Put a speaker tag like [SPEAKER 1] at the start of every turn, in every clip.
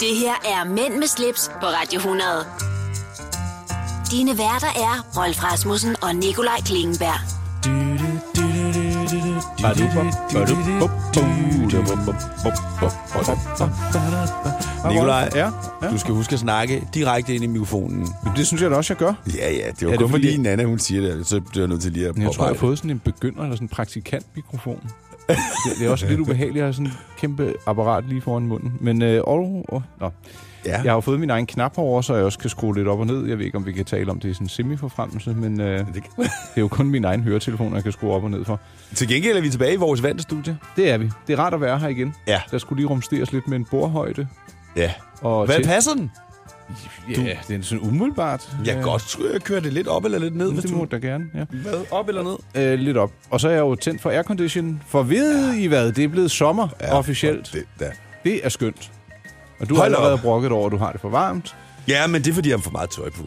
[SPEAKER 1] Det her er Mænd med slips på Radio 100. Dine værter er Rolf Rasmussen og Nikolaj Klingenberg.
[SPEAKER 2] Nikolaj,
[SPEAKER 3] Ja, ja.
[SPEAKER 2] du skal huske at snakke direkte ind i mikrofonen.
[SPEAKER 3] Det synes jeg da også, jeg gør.
[SPEAKER 2] Ja, ja, det
[SPEAKER 3] Er
[SPEAKER 2] var
[SPEAKER 3] det
[SPEAKER 2] kun fordi
[SPEAKER 3] fordi-
[SPEAKER 2] Nana, hun siger det, så bliver jeg nødt til lige at
[SPEAKER 4] Men jeg tror, jeg har
[SPEAKER 2] påpege
[SPEAKER 4] fået sådan en begynder- eller sådan en praktikant-mikrofon. Det, det er også lidt ubehageligt at have sådan et kæmpe apparat lige foran munden. Men øh, all, oh, nå.
[SPEAKER 2] det. Ja.
[SPEAKER 4] jeg har jo fået min egen knap herover, så jeg også kan skrue lidt op og ned. Jeg ved ikke, om vi kan tale om det i sådan en semi-forfremmelse, men øh, det
[SPEAKER 2] Det kan-
[SPEAKER 4] er jo kun min egen høretelefon, jeg kan skrue op og ned for.
[SPEAKER 2] Til gengæld er vi tilbage i vores vandstudie.
[SPEAKER 4] Det er vi. Det er rart at være her igen.
[SPEAKER 2] Ja.
[SPEAKER 4] Der skulle lige rumsteres lidt med en bordhøjde.
[SPEAKER 2] Ja.
[SPEAKER 4] Og
[SPEAKER 2] Hvad
[SPEAKER 4] til-
[SPEAKER 2] passer den?
[SPEAKER 4] Ja, det er sådan umiddelbart.
[SPEAKER 2] Jeg kan
[SPEAKER 4] Øh,
[SPEAKER 2] godt tro, jeg kører det lidt op eller lidt ned, hvis
[SPEAKER 4] Det må
[SPEAKER 2] du...
[SPEAKER 4] du da gerne, ja.
[SPEAKER 2] Hvad? Op eller ned?
[SPEAKER 4] Øh, lidt op. Og så er jeg jo tændt for aircondition. For ved I hvad? Det er blevet sommer ja, officielt.
[SPEAKER 2] Det, ja.
[SPEAKER 4] Det er skønt. Og du har
[SPEAKER 2] Hold
[SPEAKER 4] allerede
[SPEAKER 2] op.
[SPEAKER 4] brokket over, at du har det for varmt.
[SPEAKER 2] ja, men det er, fordi jeg har for meget tøj på.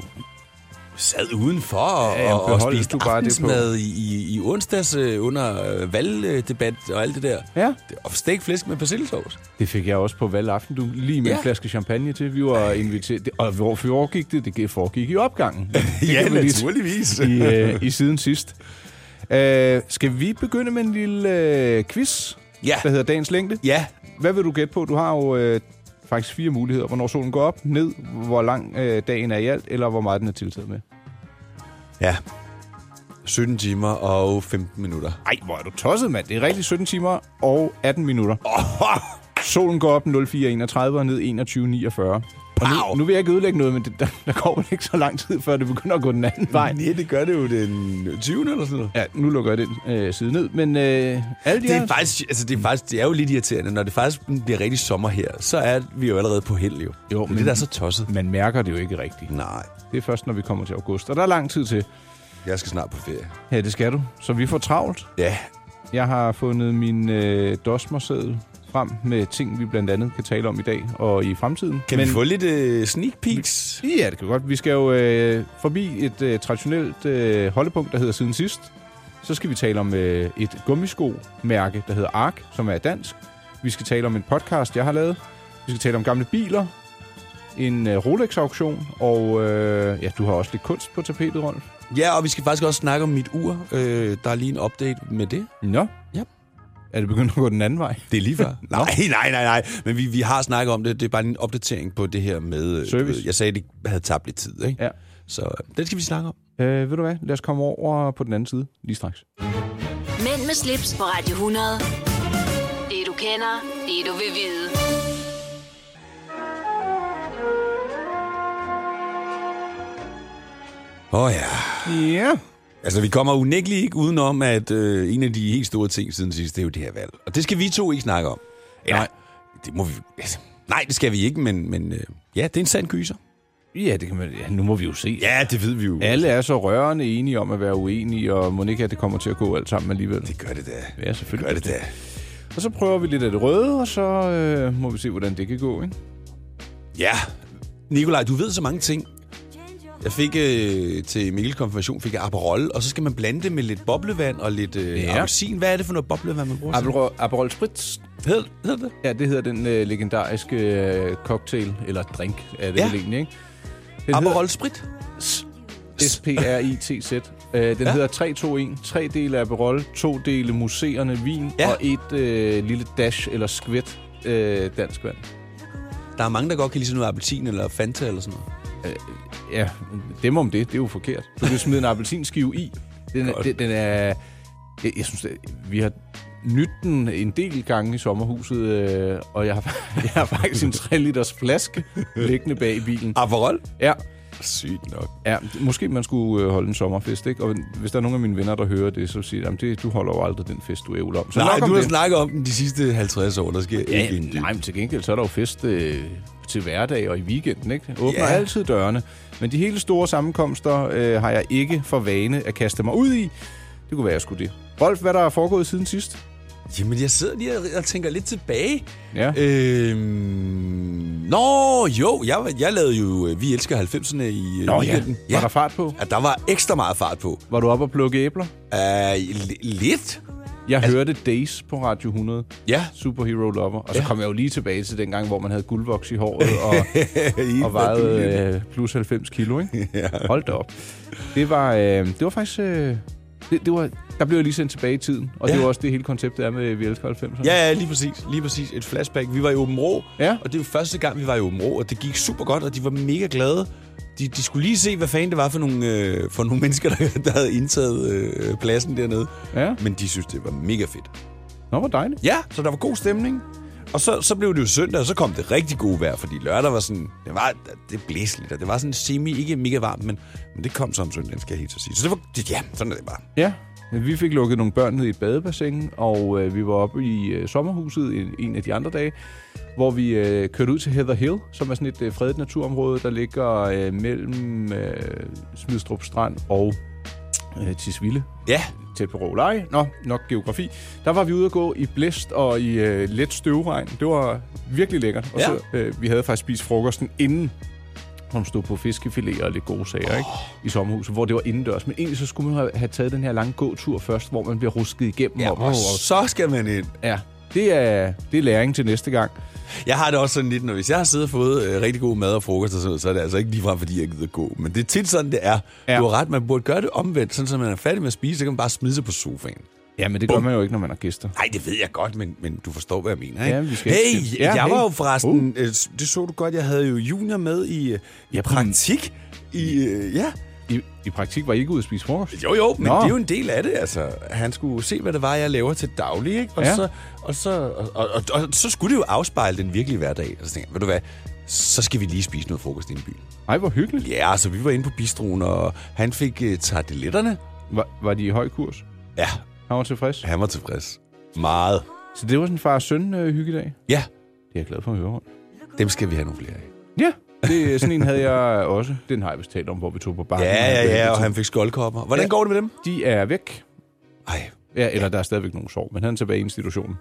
[SPEAKER 2] Sad udenfor og,
[SPEAKER 4] Ja,
[SPEAKER 2] ja, og
[SPEAKER 4] behold
[SPEAKER 2] spiste
[SPEAKER 4] du bare det på.
[SPEAKER 2] aftensmad i, i, i onsdags øh, under øh, valgdebat og alt det der.
[SPEAKER 4] Ja.
[SPEAKER 2] Det- Og stegt flæsk med persillesovs.
[SPEAKER 4] Det fik jeg også på valgaften. Du lige med ja.
[SPEAKER 2] Ja.
[SPEAKER 4] en flaske champagne til. Vi var inviteret. det- Og hvor foregik det? Det foregik i opgangen. Det
[SPEAKER 2] Ja,
[SPEAKER 4] kan man lige-
[SPEAKER 2] naturligvis.
[SPEAKER 4] I, øh, I siden sidst. Øh, skal vi begynde med en lille øh, quiz,
[SPEAKER 2] Ja.
[SPEAKER 4] der hedder Dagens Længde?
[SPEAKER 2] Ja,
[SPEAKER 4] Hvad vil du gætte på? Du har jo øh, faktisk fire muligheder. Hvornår solen går op, ned, hvor lang øh, dagen er i alt, eller hvor meget den er tiltaget med.
[SPEAKER 2] Ja. 17 timer og 15 minutter.
[SPEAKER 4] Ej, hvor er du tosset, mand. Det er rigtig 17 timer og 18 minutter.
[SPEAKER 2] Oh,
[SPEAKER 4] Solen går op 04.31 og ned 21.49. Og
[SPEAKER 2] Pow!
[SPEAKER 4] nu, nu vil jeg ikke ødelægge noget, men det, der, der går vel ikke så lang tid, før det begynder at gå den anden vej.
[SPEAKER 2] nej, det gør det jo den 20. eller sådan noget.
[SPEAKER 4] Ja, nu lukker jeg den øh, side ned, men øh, alle de
[SPEAKER 2] Det
[SPEAKER 4] her-
[SPEAKER 2] er, faktisk, altså det, er faktisk, det er jo lidt irriterende, når det faktisk bliver rigtig sommer her, så er vi jo allerede på held jo.
[SPEAKER 4] Jo,
[SPEAKER 2] men
[SPEAKER 4] men-
[SPEAKER 2] det der er så tosset.
[SPEAKER 4] Man mærker det jo ikke rigtigt.
[SPEAKER 2] Nej,
[SPEAKER 4] Det er først, når vi kommer til august, og der er lang tid til.
[SPEAKER 2] jeg skal snart på ferie.
[SPEAKER 4] Ja, det skal du. Så vi får travlt.
[SPEAKER 2] Ja,
[SPEAKER 4] Jeg har fundet min øh, dosmerseddel frem med ting, vi blandt andet kan tale om i dag og i fremtiden.
[SPEAKER 2] kan men, vi få lidt uh, sneak peeks?
[SPEAKER 4] Ja, det kan vi godt. Vi skal jo øh, forbi et øh, traditionelt øh, holdepunkt, der hedder Siden Sidst. Så skal vi tale om øh, et gummisko-mærke, der hedder Ark, som er dansk. Vi skal tale om en podcast, jeg har lavet. Vi skal tale om gamle biler, en øh, Rolex-auktion, og øh, ja, du har også lidt kunst på tapetet, Rolf.
[SPEAKER 2] Ja, og vi skal faktisk også snakke om mit ur. Øh, der er lige en update med det.
[SPEAKER 4] Nå.
[SPEAKER 2] Ja.
[SPEAKER 4] Er det begyndt at gå den anden vej?
[SPEAKER 2] Det er lige før. nej, nej, nej, nej. Men vi, vi har snakket om det. Det er bare en opdatering på det her med... øh,
[SPEAKER 4] Service.
[SPEAKER 2] du ved, Jeg sagde, at det havde tabt lidt tid, ikke?
[SPEAKER 4] Ja.
[SPEAKER 2] Så øh, det skal vi snakke om.
[SPEAKER 4] Øh, ved du hvad? Lad os komme over på den anden side lige straks.
[SPEAKER 1] Mænd med slips på Radio 100. Det du kender, det du vil vide.
[SPEAKER 2] Åh oh, ja.
[SPEAKER 4] Ja.
[SPEAKER 2] Altså, vi kommer unægteligt ikke udenom, at øh, en af de helt store ting siden sidst, det er jo det her valg. Og det skal vi to ikke snakke om. Eller,
[SPEAKER 4] Nej.
[SPEAKER 2] Det må vi... Altså, nej, det skal vi ikke, men, men øh, ja, det er en sand gyser.
[SPEAKER 4] Ja, det kan man, ja, nu må vi jo se.
[SPEAKER 2] Ja, det ved vi jo.
[SPEAKER 4] Alle er så rørende enige om at være uenige, og må ikke, at det kommer til at gå alt sammen alligevel.
[SPEAKER 2] Det gør det da.
[SPEAKER 4] Ja, selvfølgelig.
[SPEAKER 2] Gør det da.
[SPEAKER 4] Og så prøver vi lidt af det røde, og så øh, må vi se, hvordan det kan gå, ikke?
[SPEAKER 2] Ja. Nikolaj, du ved så mange ting. Jeg fik øh, til Mikkels konfirmation fik jeg Aperol, og så skal man blande det med lidt boblevand og lidt øh,
[SPEAKER 4] Ja.
[SPEAKER 2] ja. appelsin. Hvad er det for noget boblevand, man bruger?
[SPEAKER 4] Aperol, Aperol Spritz.
[SPEAKER 2] Hed, hed det?
[SPEAKER 4] Ja, det hedder den øh, legendariske øh, cocktail, eller drink, er det
[SPEAKER 2] Ja.
[SPEAKER 4] ja. egentlig, ikke? Den
[SPEAKER 2] Aperol Sprit?
[SPEAKER 4] hedder S-P-R-I-T-Z. Øh, den
[SPEAKER 2] Ja.
[SPEAKER 4] ja. hedder 321. Tre dele Aperol, to dele museerne vin,
[SPEAKER 2] Ja.
[SPEAKER 4] ja. og et øh, lille dash eller skvæt øh, dansk vand.
[SPEAKER 2] Der er mange, der godt kan lide sådan noget appelsin eller Fanta eller sådan noget.
[SPEAKER 4] Ja, dem om det, det er jo forkert. Du kan smide en appelsinskive i. Den, er-
[SPEAKER 2] Godt.
[SPEAKER 4] den, den er... Jeg, jeg synes, at vi har nyt den en del gange i sommerhuset, øh, og jeg har, jeg har faktisk en 3 liters flaske liggende bag i bilen.
[SPEAKER 2] Aperol?
[SPEAKER 4] Ja,
[SPEAKER 2] Sygt nok.
[SPEAKER 4] ja, måske man skulle øh, holde en sommerfest, ikke? Og hvis der er nogen af mine venner, der hører det, så siger de, "Jamen, det, du holder jo aldrig den fest, du ævler om. Så
[SPEAKER 2] Nej,
[SPEAKER 4] nok om
[SPEAKER 2] du har
[SPEAKER 4] det.
[SPEAKER 2] snakket om den de sidste 50 år, der sker
[SPEAKER 4] Ja,
[SPEAKER 2] ikke en dyt.
[SPEAKER 4] nej, men til gengæld, så er der jo fest øh, til hverdag og i weekenden, ikke? Åbner
[SPEAKER 2] Ja.
[SPEAKER 4] yeah. altid dørene. Men de hele store sammenkomster øh, har jeg ikke for vane at kaste mig ud i. Det kunne være, jeg skulle det. Rolf, hvad der er foregået siden sidst?
[SPEAKER 2] Jamen, jeg sidder lige og- og tænker lidt tilbage.
[SPEAKER 4] Ja.
[SPEAKER 2] Øh, Øhm, nå, jo, jeg, var- jeg lavede jo øh, Vi elsker 90'erne i øh, weekenden.
[SPEAKER 4] Var der fart Øh, på?
[SPEAKER 2] Ja, der var ekstra meget fart på.
[SPEAKER 4] Var du oppe og plukke æbler?
[SPEAKER 2] Uh, lidt.
[SPEAKER 4] Jeg altså, hørte Days på Radio 100,
[SPEAKER 2] Ja.
[SPEAKER 4] Superhero Lover, og så
[SPEAKER 2] Ja.
[SPEAKER 4] kom jeg jo lige tilbage til den gang, hvor man havde guldvoks i håret og, og vejede øh, plus 90 kilo, ikke?
[SPEAKER 2] Ja.
[SPEAKER 4] Hold da op. Det var, øh, det var faktisk... Øh, det, det var, der blev jeg lige sendt tilbage i tiden, og ja.
[SPEAKER 2] Ja.
[SPEAKER 4] det var også det hele konceptet er med Vi Elsker 90'erne.
[SPEAKER 2] Ja, ja, lige præcis. Lige præcis. Et flashback. Vi var i Åben Rå,
[SPEAKER 4] Ja.
[SPEAKER 2] og det var første gang, vi var i Åben Rå, og det gik super godt, og de var mega glade. De, de skulle lige se, hvad fanden det var for nogle, øh, for nogle mennesker, der, der havde indtaget øh, pladsen dernede.
[SPEAKER 4] ja.
[SPEAKER 2] Men de synes, det var mega fedt.
[SPEAKER 4] Nå, hvor dejligt.
[SPEAKER 2] Ja, så der var god stemning. Og så, så blev det jo søndag, og så kom det rigtig gode vejr, fordi lørdag var sådan, det var, det blæste lidt, og det var sådan semi, ikke mega varmt, men, men det kom så om søndagen, skal jeg helt så sige. Så det var, det, ja, sådan er det bare.
[SPEAKER 4] Ja, vi fik lukket nogle børn ned i et badebassin, og øh, vi var oppe i øh, sommerhuset en, en af de andre dage, hvor vi øh, kørte ud til Heather Hill, som er sådan et øh, fredet naturområde, der ligger øh, mellem øh, Smidstrup Strand og øh, Tisvilde,
[SPEAKER 2] Ja,
[SPEAKER 4] tæt på Råleje. Nå, nok geografi. Der var vi ude at gå i blæst og i øh, let støvregn. Det var virkelig lækkert. Og
[SPEAKER 2] Ja.
[SPEAKER 4] så, øh, vi havde faktisk spist frokosten inden, som stod på fiskefiléer og lidt gode sager, oh. ikke? I sommerhuset, hvor det var indendørs. Men egentlig så skulle man have- have taget den her lange gåtur først, hvor man bliver rusket igennem.
[SPEAKER 2] ja
[SPEAKER 4] og,
[SPEAKER 2] og så skal man ind.
[SPEAKER 4] ja. Det er, det er læring til næste gang.
[SPEAKER 2] Jeg har det også sådan lidt, når hvis jeg har siddet og fået øh, rigtig god mad og frokost og sådan noget, så er det altså ikke ligefrem, fordi jeg gider gå. Men det er tit sådan, det er.
[SPEAKER 4] Ja.
[SPEAKER 2] Ja. Du har ret, man burde gøre det omvendt, sådan så man er færdig med at spise, så kan man bare smide sig på sofaen.
[SPEAKER 4] Ja, men det gør man jo ikke, når man har gæster.
[SPEAKER 2] Nej, det ved jeg godt, men, men du forstår, hvad jeg mener, ikke?
[SPEAKER 4] Ja, vi skal
[SPEAKER 2] hey,
[SPEAKER 4] ikke- Ja,
[SPEAKER 2] ja, jeg
[SPEAKER 4] hey.
[SPEAKER 2] var jo forresten... Uh. Det så du godt, jeg havde jo junior med i, øh, i praktik. I, øh, ja,
[SPEAKER 4] I, I praktik var I ikke ude at spise frokost?
[SPEAKER 2] jo jo, men
[SPEAKER 4] Nå.
[SPEAKER 2] Nå. det er jo en del af det, altså. Han skulle se, hvad det var, jeg laver til daglig, ikke? Og,
[SPEAKER 4] Ja.
[SPEAKER 2] så, og, så, og, og, og, og så skulle det jo afspejle den virkelige hverdag. Og så tænkte jeg, ved du hvad, så skal vi lige spise noget frokost inde i byen.
[SPEAKER 4] Ej, hvor hyggeligt.
[SPEAKER 2] Ja, så vi var inde på bistroen, og han fik uh, tarteletterne.
[SPEAKER 4] Var, var de i høj kurs?
[SPEAKER 2] Ja,
[SPEAKER 4] Han var tilfreds.
[SPEAKER 2] han var tilfreds. Meget.
[SPEAKER 4] Så det var sådan en far-søn-hyggedag?
[SPEAKER 2] Ja,
[SPEAKER 4] øh, Det er jeg glad for at høre, Rolf.
[SPEAKER 2] dem skal vi have nogle flere af.
[SPEAKER 4] Ja, det, sådan en havde jeg også. Den har jeg vist talt om, hvor vi tog på bar.
[SPEAKER 2] Ja, ja, ja, og han fik skoldkopper. Hvordan
[SPEAKER 4] Ja.
[SPEAKER 2] ja. går det med dem?
[SPEAKER 4] De er væk.
[SPEAKER 2] Ej.
[SPEAKER 4] Ja, eller der er stadigvæk nogen sår, men han er tilbage i institutionen.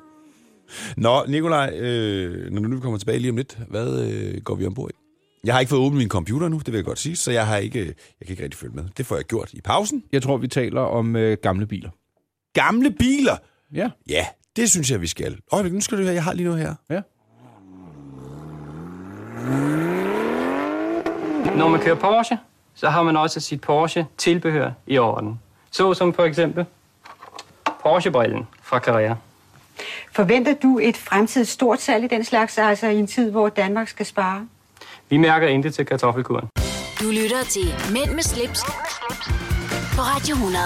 [SPEAKER 2] Nå, Nikolaj, øh, når nu vi kommer tilbage lige om lidt, hvad øh, går vi ombord i? Jeg har ikke fået åbnet min computer nu, det vil jeg godt sige, så jeg har ikke, jeg kan ikke rigtig følge med. Det får jeg gjort i pausen.
[SPEAKER 4] Jeg tror, vi taler om øh, gamle biler.
[SPEAKER 2] Gamle biler!
[SPEAKER 4] Ja,
[SPEAKER 2] Ja, det synes jeg, vi skal. Øjeblik, nu skal du høre, jeg har lige noget her.
[SPEAKER 4] ja.
[SPEAKER 3] Når man kører Porsche, så har man også sit Porsche-tilbehør i orden. Så som for eksempel Porsche-brillen fra Carrera.
[SPEAKER 5] Forventer du et fremtidigt stort salg i den slags, altså i en tid, hvor Danmark skal spare?
[SPEAKER 3] Vi mærker intet til kartoffelkuren.
[SPEAKER 1] Du lytter til Mænd med slips, på Radio 100.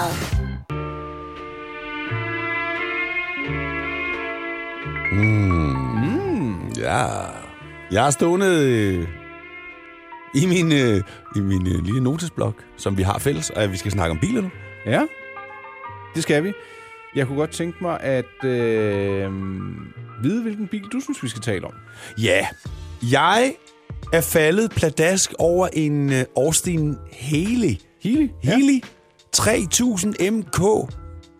[SPEAKER 2] Mm, Ja, jeg har stående øh, i min, øh, i min øh, lille notesblok, som vi har fælles, og vi skal snakke om biler nu.
[SPEAKER 4] Ja, det skal vi. Jeg kunne godt tænke mig at øh, vide, hvilken bil du synes, vi skal tale om.
[SPEAKER 2] Ja, jeg er faldet pladask over en øh, Austin Haley.
[SPEAKER 4] Healy?
[SPEAKER 2] Haley 3000 MK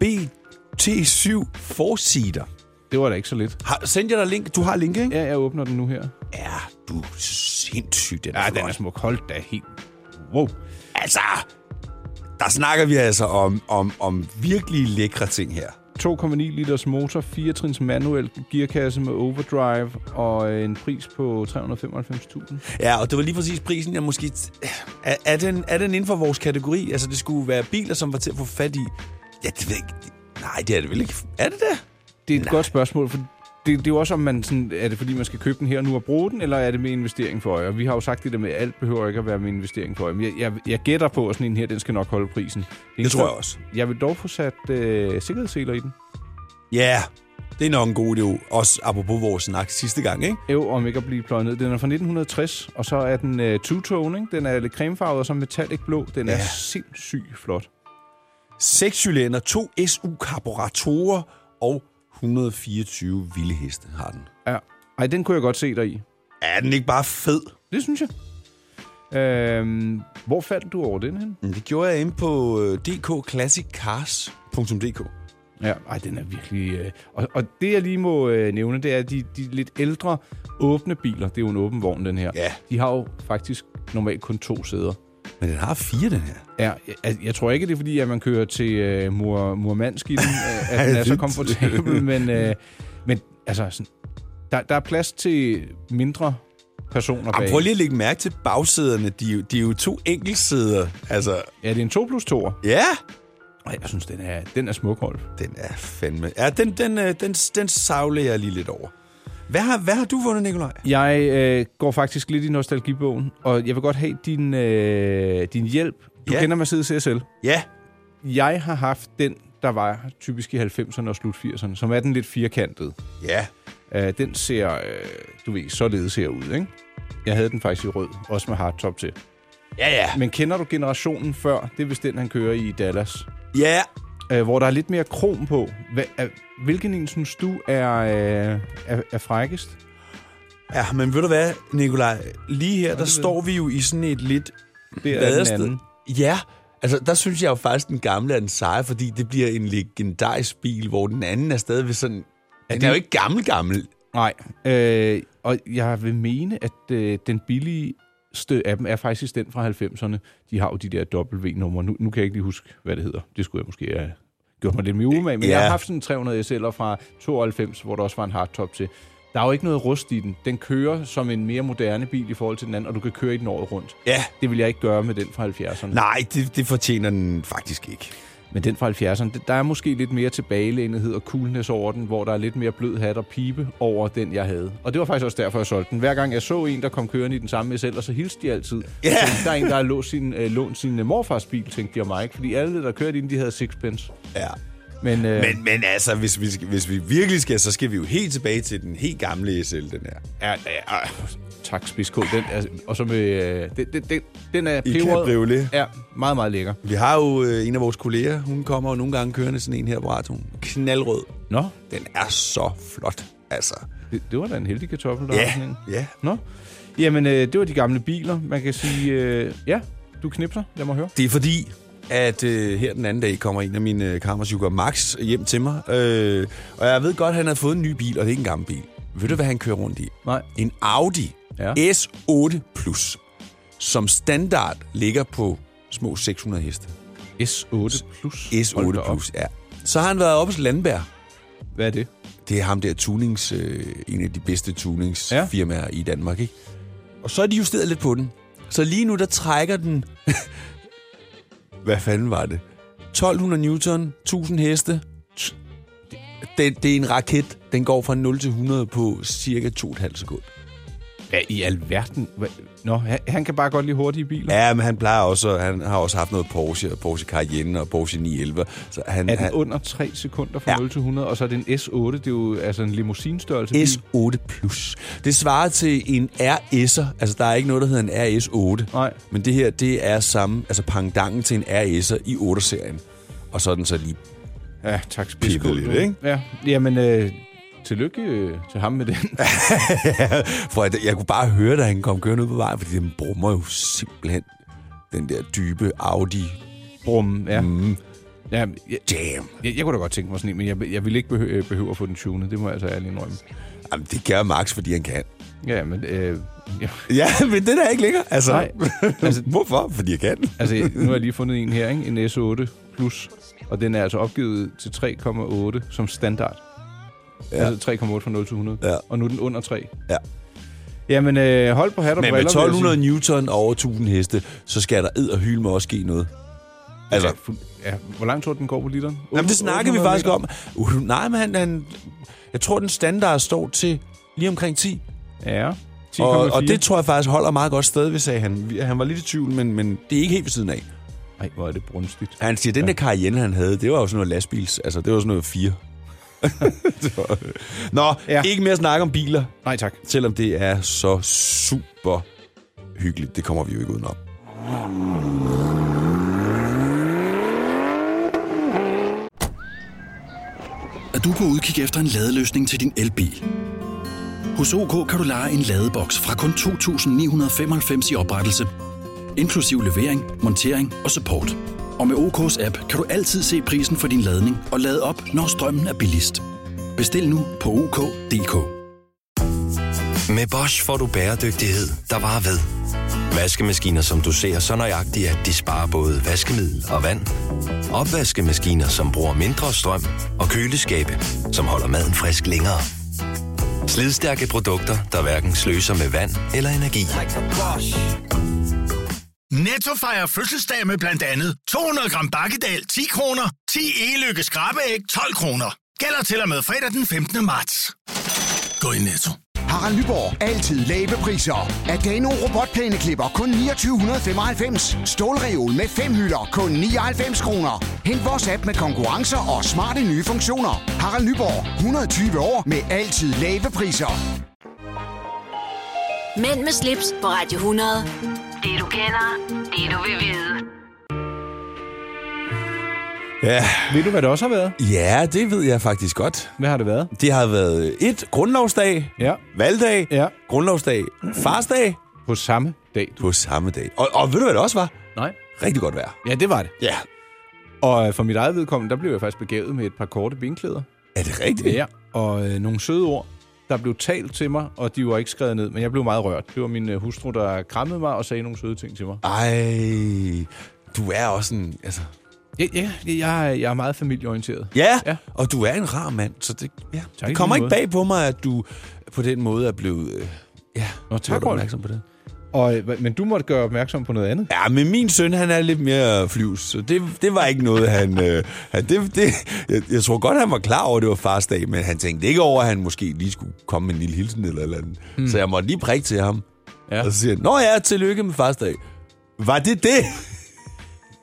[SPEAKER 2] BT7 4-seater.
[SPEAKER 4] Det var da ikke så lidt.
[SPEAKER 2] Har, sendte jeg dig link? Du har link, ikke?
[SPEAKER 4] Ja, jeg åbner den nu her.
[SPEAKER 2] Ja, du er sindssyg, den er,
[SPEAKER 4] Ja, den er
[SPEAKER 2] flot.
[SPEAKER 4] smuk. Hold da helt... Wow.
[SPEAKER 2] Altså, der snakker vi altså om, om, om virkelig lækre ting her.
[SPEAKER 4] 2,9 liters motor, 4-trins manuel gearkasse med overdrive og øh, en pris på 395.000.
[SPEAKER 2] Ja, og det var lige præcis prisen, jeg måske... Er, er, den, er den inden for vores kategori? Altså, det skulle være biler, som var til at få fat i. Ja, det ved jeg ikke. Nej, det er det vel ikke. Er det det?
[SPEAKER 4] Det er et Nej. godt spørgsmål, for det, det er jo også, om man sådan, er det fordi, man skal købe den her nu og bruge den, eller er det med investering for øje? Og vi har jo sagt det der med, at alt behøver ikke at være med investering for øje. Men jeg, jeg, jeg gætter på, at sådan en her, den skal nok holde prisen.
[SPEAKER 2] Det tror jeg også.
[SPEAKER 4] Jeg vil dog få sat øh, sikkerhedsseler i den.
[SPEAKER 2] Ja, yeah. det er nok en god idé. Også apropos vores snak sidste gang, ikke?
[SPEAKER 4] Jo, om ikke at blive pløjet ned. Den er fra 1960, og så er den øh, two-tone, ikke? Den er lidt cremefarvet og så metallic blå. Den ja. er
[SPEAKER 2] Ja.
[SPEAKER 4] sindssygt flot.
[SPEAKER 2] Seks cylinder, to SU-karburatorer og 124 vilde heste har den.
[SPEAKER 4] Ja. Ej, den kunne jeg godt se dig i.
[SPEAKER 2] Er den ikke bare fed?
[SPEAKER 4] Det synes jeg. Øhm, hvor faldt du over den hen?
[SPEAKER 2] Mm, Det gjorde jeg inde på øh, dkclassiccars.dk.
[SPEAKER 4] Ja, ej, den er virkelig... Øh, og, og det, jeg lige må øh, nævne, det er, at de, de lidt ældre åbne biler, det er jo en åben vogn, den her.
[SPEAKER 2] Ja.
[SPEAKER 4] De har jo faktisk normalt kun to sæder.
[SPEAKER 2] Men den har fire, den her.
[SPEAKER 4] Ja, jeg, jeg tror ikke, det er fordi, at man kører til øh, Mur, Murmansk i den, øh, at den er så
[SPEAKER 2] Lidt.
[SPEAKER 4] komfortabel, men, øh, men altså, sådan, der, der er plads til mindre personer bag.
[SPEAKER 2] Jamen, prøv lige at lægge mærke til bagsæderne. De, er jo- de er jo to enkeltsæder. Altså,
[SPEAKER 4] Ja, det er en 2 plus 2.
[SPEAKER 2] ja.
[SPEAKER 4] Jeg synes, den er, den er smuk, Rolf.
[SPEAKER 2] Den er fandme... Ja, den, den, øh, den, den savler jeg lige lidt over. Hvad har, hvad har du vundet, Nikolaj?
[SPEAKER 4] Jeg øh, går faktisk lidt i nostalgibogen, og jeg vil godt have din, øh, din hjælp. Du
[SPEAKER 2] Ja.
[SPEAKER 4] kender Mercedes CSL.
[SPEAKER 2] Ja.
[SPEAKER 4] Jeg har haft den, der var typisk i 90'erne og slut 80'erne, som er den lidt firkantede.
[SPEAKER 2] Ja.
[SPEAKER 4] Øh, den ser, øh, du ved, således her ud, ikke? Jeg havde den faktisk i rød, også med hardtop til.
[SPEAKER 2] Ja, ja.
[SPEAKER 4] Men kender du generationen før? Det er vist den, han kører i i Dallas.
[SPEAKER 2] Ja.
[SPEAKER 4] Øh, hvor der er lidt mere krom på. Hva, er, hvilken en synes du er, øh, er, er frækkest?
[SPEAKER 2] Ja, men ved du hvad, Nikolaj? Lige her, der står vi jo i sådan et lidt
[SPEAKER 4] Det er
[SPEAKER 2] vadested.
[SPEAKER 4] den anden.
[SPEAKER 2] Ja, altså der synes jeg jo faktisk, den gamle er den seje, fordi det bliver en legendarisk bil, hvor den anden er stadigvæk sådan... Ja, den er jo ikke gammel-gammel.
[SPEAKER 4] Nej. Øh, og jeg vil mene, at øh, den billigste af dem er faktisk den fra 90'erne. De har jo de der W-numre. Nu, nu kan jeg ikke lige huske, hvad det hedder. Det skulle jeg måske have gjort mig lidt mere umage. Men
[SPEAKER 2] Ja.
[SPEAKER 4] ja. jeg har haft sådan en 300 SL'er fra 92, hvor der også var en hardtop til. Der er jo ikke noget rust i den. Den kører som en mere moderne bil i forhold til den anden, og du kan køre i den året rundt.
[SPEAKER 2] Ja.
[SPEAKER 4] Det vil jeg ikke gøre med den fra 70'erne.
[SPEAKER 2] Nej, det, det fortjener den faktisk ikke.
[SPEAKER 4] Men den fra 70'erne, det- der er måske lidt mere tilbagelænethed og coolness over den, hvor der er lidt mere blød hat og pibe over den, jeg havde. Og det var faktisk også derfor, jeg solgte den. Hver gang jeg så en, der kom kørende i den samme SL, og så hilste de altid.
[SPEAKER 2] Ja.
[SPEAKER 4] Jeg Tænkte, der er en, der har lånt sin, øh, lånt sin øh, morfars bil, tænkte jeg mig. Ikke? Fordi alle, der kørte i den, de havde sixpence.
[SPEAKER 2] Ja.
[SPEAKER 4] Men, øh,
[SPEAKER 2] Men, men altså, hvis vi, skal- hvis vi virkelig skal, så skal vi jo helt tilbage til den helt gamle SL, den her.
[SPEAKER 4] Ja, ja, ja. tak, Spids K. Den er, og så med... Øh, den, den, den, den er
[SPEAKER 2] I
[SPEAKER 4] peberet.
[SPEAKER 2] cabriolet.
[SPEAKER 4] Ja, meget, meget lækker.
[SPEAKER 2] Vi har jo øh, en af vores kolleger, hun kommer jo nogle gange kørende sådan en her på radioen. Knaldrød.
[SPEAKER 4] Nå,
[SPEAKER 2] Den er så flot, altså.
[SPEAKER 4] det, det var da en heldig kartoffel, der var
[SPEAKER 2] Ja,
[SPEAKER 4] sådan en.
[SPEAKER 2] ja.
[SPEAKER 4] Nå. Jamen, øh, det var de gamle biler. Man kan sige, øh, ja, du knipser. Lad mig høre.
[SPEAKER 2] Det er fordi, at øh, her den anden dag kommer en af mine øh, kammersjukker, Max, hjem til mig. Øh, og jeg ved godt, at han har fået en ny bil, og det er ikke en gammel bil. Ved du, hvad han kører rundt i?
[SPEAKER 4] Nej.
[SPEAKER 2] En Audi
[SPEAKER 4] Ja.
[SPEAKER 2] S8 Plus, som standard ligger på små 600 heste.
[SPEAKER 4] S8 Plus. Hold da
[SPEAKER 2] S8
[SPEAKER 4] op.
[SPEAKER 2] Plus, ja. Så har han været oppe hos Landberg.
[SPEAKER 4] Hvad er det?
[SPEAKER 2] Det er ham der tunings, øh, en af de bedste tuningsfirmaer ja. i Danmark, ikke? Og så er de justeret lidt på den. Så lige nu, der trækker den... Hvad fanden var det? 1200 newton, 1000 heste. Tsk. Det, det er en raket. Den går fra 0 til 100 på cirka 2,5 sekunder.
[SPEAKER 4] Hvad i alverden? Hvad? Nå, han, han kan bare godt lide hurtige biler.
[SPEAKER 2] Ja, men han plejer også, han har også haft noget Porsche, og Porsche Cayenne og Porsche 911. Så han,
[SPEAKER 4] Er
[SPEAKER 2] han
[SPEAKER 4] den under 3 sekunder fra
[SPEAKER 2] Ja.
[SPEAKER 4] ja. 0 til 100, og så er det en S8, det er jo altså en limousinstørrelse. bil.
[SPEAKER 2] S8 Plus. Det svarer til en RS'er. Altså, der er ikke noget, der hedder en RS8.
[SPEAKER 4] Nej.
[SPEAKER 2] Men det her, det er samme, altså pangdangen til en RS'er i 8-serien. Og så er den så lige...
[SPEAKER 4] Ja, tak
[SPEAKER 2] Pippet
[SPEAKER 4] spidskål.
[SPEAKER 2] lidt,
[SPEAKER 4] du.
[SPEAKER 2] ikke?
[SPEAKER 4] Ja, jamen, øh, tillykke øh, til ham med den.
[SPEAKER 2] For jeg, jeg kunne bare høre, da han kom kørende ud på vejen, fordi den brummer jo simpelthen den der dybe Audi.
[SPEAKER 4] Brum, ja. Mm. ja jeg,
[SPEAKER 2] Damn.
[SPEAKER 4] jeg, jeg, kunne da godt tænke mig sådan en, men jeg, jeg ville ikke behø- øh, behøve at få den tunet. Det må jeg altså ærligt indrømme.
[SPEAKER 2] Jamen, det gør Max, fordi han kan.
[SPEAKER 4] Ja, men... Øh, ja.
[SPEAKER 2] Ja, men det er ikke lækker. Altså,
[SPEAKER 4] Nej.
[SPEAKER 2] altså, hvorfor? Fordi jeg kan.
[SPEAKER 4] Altså, nu har jeg lige fundet en her, ikke? En S8 Plus. Og den er altså opgivet til 3,8 som standard. Ja. Altså 3,8 fra 0 til 100.
[SPEAKER 2] Ja.
[SPEAKER 4] Og nu er den under 3.
[SPEAKER 2] Ja.
[SPEAKER 4] Jamen, øh, hold på hat og
[SPEAKER 2] Men med
[SPEAKER 4] briller, vil jeg
[SPEAKER 2] 1200
[SPEAKER 4] sige.
[SPEAKER 2] newton og over 1000 heste, så skal der ed og hyl med også ske noget. Altså,
[SPEAKER 4] Ja, hvor langt tror du, den går på literen?
[SPEAKER 2] Jamen,
[SPEAKER 4] 800
[SPEAKER 2] det snakkede vi faktisk
[SPEAKER 4] meter?
[SPEAKER 2] om. Uh, nej, men han, han, jeg tror, den standard står til lige omkring 10.
[SPEAKER 4] Ja. 10,4.
[SPEAKER 2] Og, og det tror jeg faktisk holder meget godt stadigvæk, sagde han. Vi- Han var lidt i tvivl, men, men det er ikke helt ved siden af.
[SPEAKER 4] Ej, hvor er det brunstigt.
[SPEAKER 2] Han siger, den der Cayenne, han havde, det var jo sådan noget lastbils. Altså, det var sådan noget 4. øh. Nå, ja.
[SPEAKER 4] Ja.
[SPEAKER 2] ikke mere snak om biler,
[SPEAKER 4] Nej, tak.
[SPEAKER 2] selvom det er så super hyggeligt. Det kommer vi jo ikke udenom.
[SPEAKER 6] at du er på udkig efter en ladeløsning til din elbil. Hos OK kan du lege en ladeboks fra kun 2.995 i oprettelse, inklusiv levering, montering og support. Og med OK's app kan du altid se prisen for din ladning og lade op, når strømmen er billigst. Bestil nu på OK.dk.
[SPEAKER 7] Med Bosch får du bæredygtighed, der varer ved. Vaskemaskiner, som du ser så nøjagtigt, at de sparer både vaskemiddel og vand. Opvaskemaskiner, som bruger mindre strøm. Og køleskabe, som holder maden frisk længere. Slidstærke produkter, der hverken sløser med vand eller energi.
[SPEAKER 8] Netto fejrer fødselsdag med blandt andet 200 gram bakkedal 10 kroner, 10 e-lykke skrabeæg 12 kroner. Gælder til og med fredag den 15. marts. Gå i Netto.
[SPEAKER 9] Harald Nyborg. Altid lave priser. Adano robotplæneklipper kun 2995. Stålreol med fem hylder kun 99 kroner. Hent vores app med konkurrencer og smarte nye funktioner. Harald Nyborg. 120 år med altid lave priser.
[SPEAKER 1] Mænd med slips på Radio 100. Det du kender, det du vil vide.
[SPEAKER 2] Ja.
[SPEAKER 4] Ved du, hvad det også har været?
[SPEAKER 2] ja, det ved jeg faktisk godt.
[SPEAKER 4] Hvad har det været?
[SPEAKER 2] Det har været et grundlovsdag,
[SPEAKER 4] Ja.
[SPEAKER 2] valgdag,
[SPEAKER 4] Ja.
[SPEAKER 2] grundlovsdag, farsdag
[SPEAKER 4] På samme dag.
[SPEAKER 2] på samme dag. Og, og ved du, hvad det også var?
[SPEAKER 4] Nej.
[SPEAKER 2] Rigtig godt vejr.
[SPEAKER 4] Ja, det var det.
[SPEAKER 2] Ja.
[SPEAKER 4] Og øh, for mit eget vedkommende, der blev jeg faktisk begavet med et par korte benklæder.
[SPEAKER 2] Er det rigtigt?
[SPEAKER 4] Ja. Og øh, nogle søde ord, der blev talt til mig, og de var ikke skrevet ned, men jeg blev meget rørt. Det var min øh, hustru, der krammede mig og sagde nogle søde ting til mig.
[SPEAKER 2] Ej, du er også en... Altså,
[SPEAKER 4] Ja, ja jeg, er- jeg er meget familieorienteret.
[SPEAKER 2] Ja,
[SPEAKER 4] Ja.
[SPEAKER 2] ja, og du er en rar mand, så det, ja,
[SPEAKER 4] i
[SPEAKER 2] det kommer
[SPEAKER 4] lige
[SPEAKER 2] ikke
[SPEAKER 4] måde.
[SPEAKER 2] bag på mig, at du på den måde er blevet... Øh, ja,
[SPEAKER 4] Nå, tak,
[SPEAKER 2] gjort
[SPEAKER 4] Rolf.
[SPEAKER 2] opmærksom på det.
[SPEAKER 4] Og, øh, hva- men du måtte gøre opmærksom på noget andet.
[SPEAKER 2] Ja, men min søn, han er lidt mere flyvs, så det, det var ikke noget, han... Øh, han det, det, jeg, jeg tror godt, han var klar over, at det var fars dag, men han tænkte ikke over, at han måske lige skulle komme med en lille hilsen eller et eller andet. Hmm. Så jeg måtte lige prikke til ham,
[SPEAKER 4] Ja.
[SPEAKER 2] og så siger han, Nå ja, tillykke med fars dag. Var det det?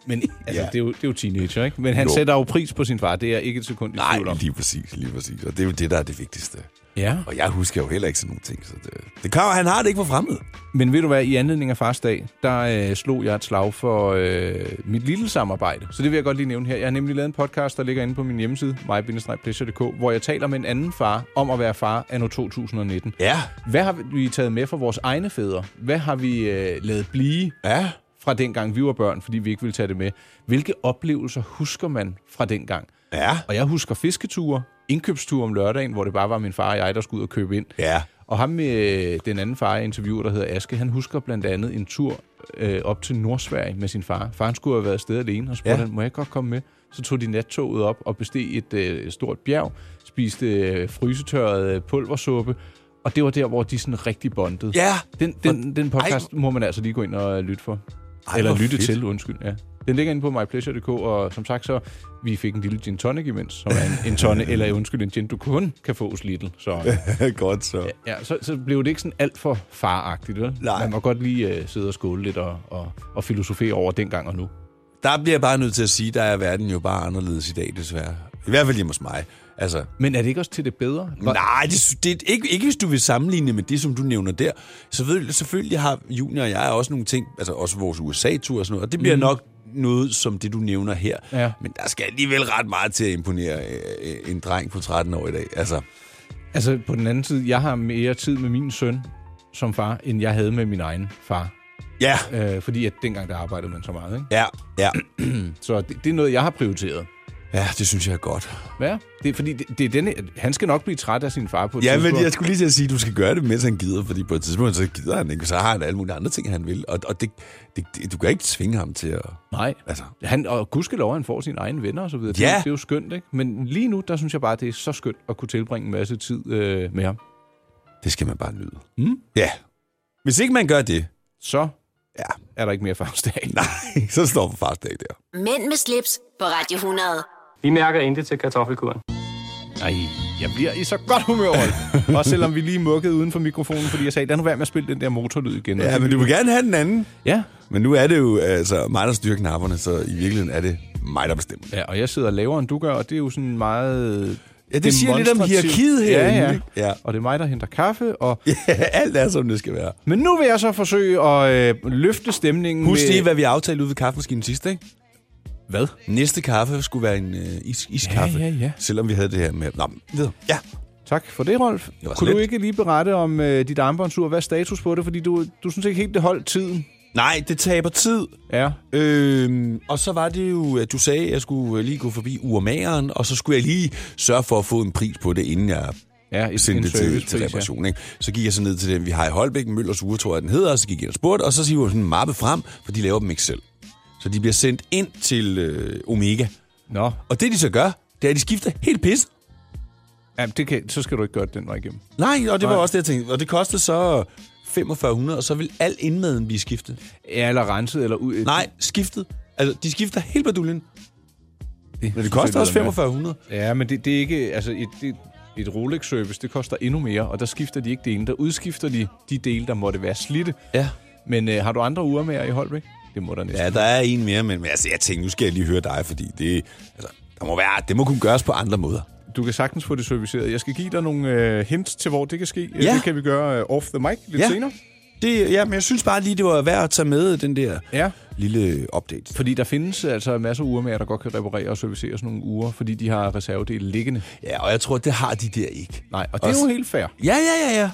[SPEAKER 4] Men altså,
[SPEAKER 2] Ja.
[SPEAKER 4] det, er jo, det er jo teenager, ikke? Men han jo.
[SPEAKER 2] Jo.
[SPEAKER 4] sætter jo pris på sin far. Det er jeg ikke et sekund i tvivl
[SPEAKER 2] Nej,
[SPEAKER 4] om.
[SPEAKER 2] lige præcis, lige præcis. Og det er jo det, der er det vigtigste.
[SPEAKER 4] Ja.
[SPEAKER 2] Og jeg husker jo heller ikke sådan nogle ting, så det, det kommer, han har det ikke for fremmed.
[SPEAKER 4] Men ved du hvad, i anledning af fars dag, der øh, slog jeg et slag for øh, mit lille samarbejde. Så det vil jeg godt lige nævne her. Jeg har nemlig lavet en podcast, der ligger inde på min hjemmeside, mig-pleasure.dk, hvor jeg taler med en anden far om at være far anno 2019.
[SPEAKER 2] Ja,
[SPEAKER 4] Hvad har vi taget med fra vores egne fædre? Hvad har vi øh, lavet blive
[SPEAKER 2] ja.
[SPEAKER 4] fra dengang vi var børn, fordi vi ikke ville tage det med? Hvilke oplevelser husker man fra dengang?
[SPEAKER 2] Ja.
[SPEAKER 4] Og jeg husker fisketure, indkøbsture om lørdagen, hvor det bare var min far og jeg, der skulle ud og købe ind.
[SPEAKER 2] Ja.
[SPEAKER 4] Og ham med øh, den anden far, jeg interviewer, der hedder Aske, han husker blandt andet en tur øh, op til Nordsverige med sin far. Faren skulle have været afsted alene og spurgte,
[SPEAKER 2] Ja.
[SPEAKER 4] ja. må jeg godt komme med? Så tog de nattoget op og besteg et øh, stort bjerg, spiste øh, frysetørret øh, pulversuppe, og det var der, hvor de sådan rigtig bondede.
[SPEAKER 2] Ja.
[SPEAKER 4] Den, den, den podcast
[SPEAKER 2] Ej.
[SPEAKER 4] Ej. må man altså lige gå ind og lytte for.
[SPEAKER 2] Ej,
[SPEAKER 4] Eller
[SPEAKER 2] hvor
[SPEAKER 4] lytte
[SPEAKER 2] fedt.
[SPEAKER 4] til, undskyld. Ja. Den ligger inde på mypleasure.dk, og som sagt så, vi fik en lille gin tonic imens, som er en, en tonne, eller undskyld, en gin, du kun kan få hos Lidl. Så, øh,
[SPEAKER 2] Godt så.
[SPEAKER 4] ja, så, så blev det ikke sådan alt for faragtigt, vel?
[SPEAKER 2] Nej.
[SPEAKER 4] Man må godt lige øh, sidde og skåle lidt og, og, og filosofere over dengang og nu.
[SPEAKER 2] Der bliver jeg bare nødt til at sige, der er verden jo bare anderledes i dag, desværre. I hvert fald hjemme hos mig. Altså,
[SPEAKER 4] Men er det ikke også til det bedre? Hvor-
[SPEAKER 2] nej, det, sy- det er ikke, ikke hvis du vil sammenligne med det, som du nævner der. Så ved, selvfølgelig har Junior og jeg også nogle ting, altså også vores USA-tur og sådan noget, og det bliver mm. nok noget som det, du nævner her.
[SPEAKER 4] Ja.
[SPEAKER 2] Men der skal alligevel ret meget til at imponere øh, øh, en dreng på 13 år i dag. Altså,
[SPEAKER 4] Altså, på den anden side, jeg har mere tid med min søn som far, end jeg havde med min egen far.
[SPEAKER 2] ja,
[SPEAKER 4] Øh, fordi at dengang, der arbejdede man så meget, ikke?
[SPEAKER 2] ja, ja.
[SPEAKER 4] Så det, det er noget, jeg har prioriteret.
[SPEAKER 2] Ja, det synes jeg er godt.
[SPEAKER 4] Ja, det er fordi, det, det er denne, han skal nok blive træt af sin far på et
[SPEAKER 2] Ja,
[SPEAKER 4] tidspunkt.
[SPEAKER 2] men jeg skulle lige til at sige, at du skal gøre det, mens han gider, fordi på et tidspunkt, så gider han ikke, så har han alle mulige andre ting, han vil, og, og det, det, det, du kan ikke tvinge ham til at...
[SPEAKER 4] Nej, altså.
[SPEAKER 2] Altså.
[SPEAKER 4] han, og gudskelov, han får sine egne venner og så videre. Det,
[SPEAKER 2] Ja.
[SPEAKER 4] er jo- det er jo skønt, ikke? Men lige nu, der synes jeg bare, det er så skønt at kunne tilbringe en masse tid øh, med ham.
[SPEAKER 2] Det skal man bare nyde.
[SPEAKER 4] Mm.
[SPEAKER 2] Ja. Hvis ikke man gør det,
[SPEAKER 4] Så
[SPEAKER 2] ja,
[SPEAKER 4] er der ikke mere farsdag.
[SPEAKER 2] nej, så står fars dag der.
[SPEAKER 1] Mænd med slips på Radio 100.
[SPEAKER 3] Vi mærker intet til kartoffelkuren.
[SPEAKER 4] Nej, jeg bliver i så godt humør, Rolf. Også selvom vi lige mukkede uden for mikrofonen, fordi jeg sagde, lad nu være med at spille den der motorlyd igen.
[SPEAKER 2] Ja, men du vil gerne have den anden.
[SPEAKER 4] Ja.
[SPEAKER 2] Men nu er det jo altså, mig, der styrer knapperne, så i virkeligheden er det mig, der bestemmer.
[SPEAKER 4] ja, og jeg sidder lavere, end du gør, og det er jo sådan meget...
[SPEAKER 2] Ja, det siger lidt om
[SPEAKER 4] demonstrativt.
[SPEAKER 2] hierarkiet
[SPEAKER 4] Ja,
[SPEAKER 2] herinde,
[SPEAKER 4] ja.
[SPEAKER 2] ikke?
[SPEAKER 4] ja.
[SPEAKER 2] Ja.
[SPEAKER 4] Og det er mig, der henter kaffe, og
[SPEAKER 2] Ja, alt er, som det skal være.
[SPEAKER 4] Men nu vil jeg så forsøge at øh, løfte stemningen
[SPEAKER 2] Husk
[SPEAKER 4] med...
[SPEAKER 2] lige, hvad vi aftalte ude ved kaffemaskinen sidst, ikke?
[SPEAKER 4] hvad?
[SPEAKER 2] Næste kaffe skulle være en øh, is, iskaffe.
[SPEAKER 4] ja, ja.
[SPEAKER 2] Selvom vi havde det her med... Nå, men videre. Ja.
[SPEAKER 4] Tak for det, Rolf.
[SPEAKER 2] var så
[SPEAKER 4] Kunne du
[SPEAKER 2] lidt.
[SPEAKER 4] ikke lige berette om øh, dit armbåndsur? Hvad er status på det? Fordi du, du synes ikke helt, det holdt tiden.
[SPEAKER 2] Nej, det taber tid.
[SPEAKER 4] Ja.
[SPEAKER 2] Øhm, og så var det jo, at du sagde, at jeg skulle øh, lige gå forbi urmageren, og så skulle jeg lige sørge for at få en pris på det, inden jeg
[SPEAKER 4] Ja, et-
[SPEAKER 2] sende
[SPEAKER 4] en
[SPEAKER 2] det til,
[SPEAKER 4] servicepris,
[SPEAKER 2] til
[SPEAKER 4] ja.
[SPEAKER 2] reparation. Ikke? Så gik jeg så ned til den, vi har i Holbæk, Møllers Ure, tror jeg, den hedder, og så gik jeg og spurgte, og så siger hun sådan en mappe frem, for de laver dem ikke selv. Så de bliver sendt ind til øh, Omega.
[SPEAKER 4] Nå,
[SPEAKER 2] Og det, de så gør, det er, at de skifter helt pis.
[SPEAKER 4] Jamen, det kan, så skal du ikke gøre det den vej igennem.
[SPEAKER 2] Nej, og det var
[SPEAKER 4] Nej.
[SPEAKER 2] også det, jeg tænkte. Og det kostede så 4500, og så vil al indmaden blive skiftet.
[SPEAKER 4] Ja, eller renset, eller ud.
[SPEAKER 2] Nej, skiftet. Altså, de skifter helt baduljen. Men det
[SPEAKER 4] synes
[SPEAKER 2] koster
[SPEAKER 4] jeg
[SPEAKER 2] også
[SPEAKER 4] lyder mærkeligt.
[SPEAKER 2] 4500.
[SPEAKER 4] Ja, men det, det er ikke... Altså, et, det, et Rolex-service, det koster endnu mere, og der skifter de ikke dele. Der udskifter de de dele, der måtte være slidte.
[SPEAKER 2] Ja.
[SPEAKER 4] Men øh, har du andre uger med i Holbæk? Det må der næsten.
[SPEAKER 2] Ja, der er en mere, men, men altså, jeg tænkte, nu skal jeg lige høre dig, fordi det, altså, der må være, det må kunne gøres på andre måder.
[SPEAKER 4] Du kan sagtens få det serviceret. Jeg skal give dig nogle øh, hints til, hvor det kan ske.
[SPEAKER 2] Ja.
[SPEAKER 4] Det kan vi gøre øh, off the mic lidt
[SPEAKER 2] Ja.
[SPEAKER 4] senere.
[SPEAKER 2] Det, ja, men jeg synes bare lige, det var værd at tage med den der
[SPEAKER 4] Ja.
[SPEAKER 2] lille update.
[SPEAKER 4] Fordi der findes altså masser af urmager, der godt kan reparere og servicere sådan nogle uger, fordi de har reservedele liggende.
[SPEAKER 2] Ja, og jeg tror, det har de der ikke.
[SPEAKER 4] Nej, og det er
[SPEAKER 2] Også-
[SPEAKER 4] jo helt fair.
[SPEAKER 2] Ja, ja, ja,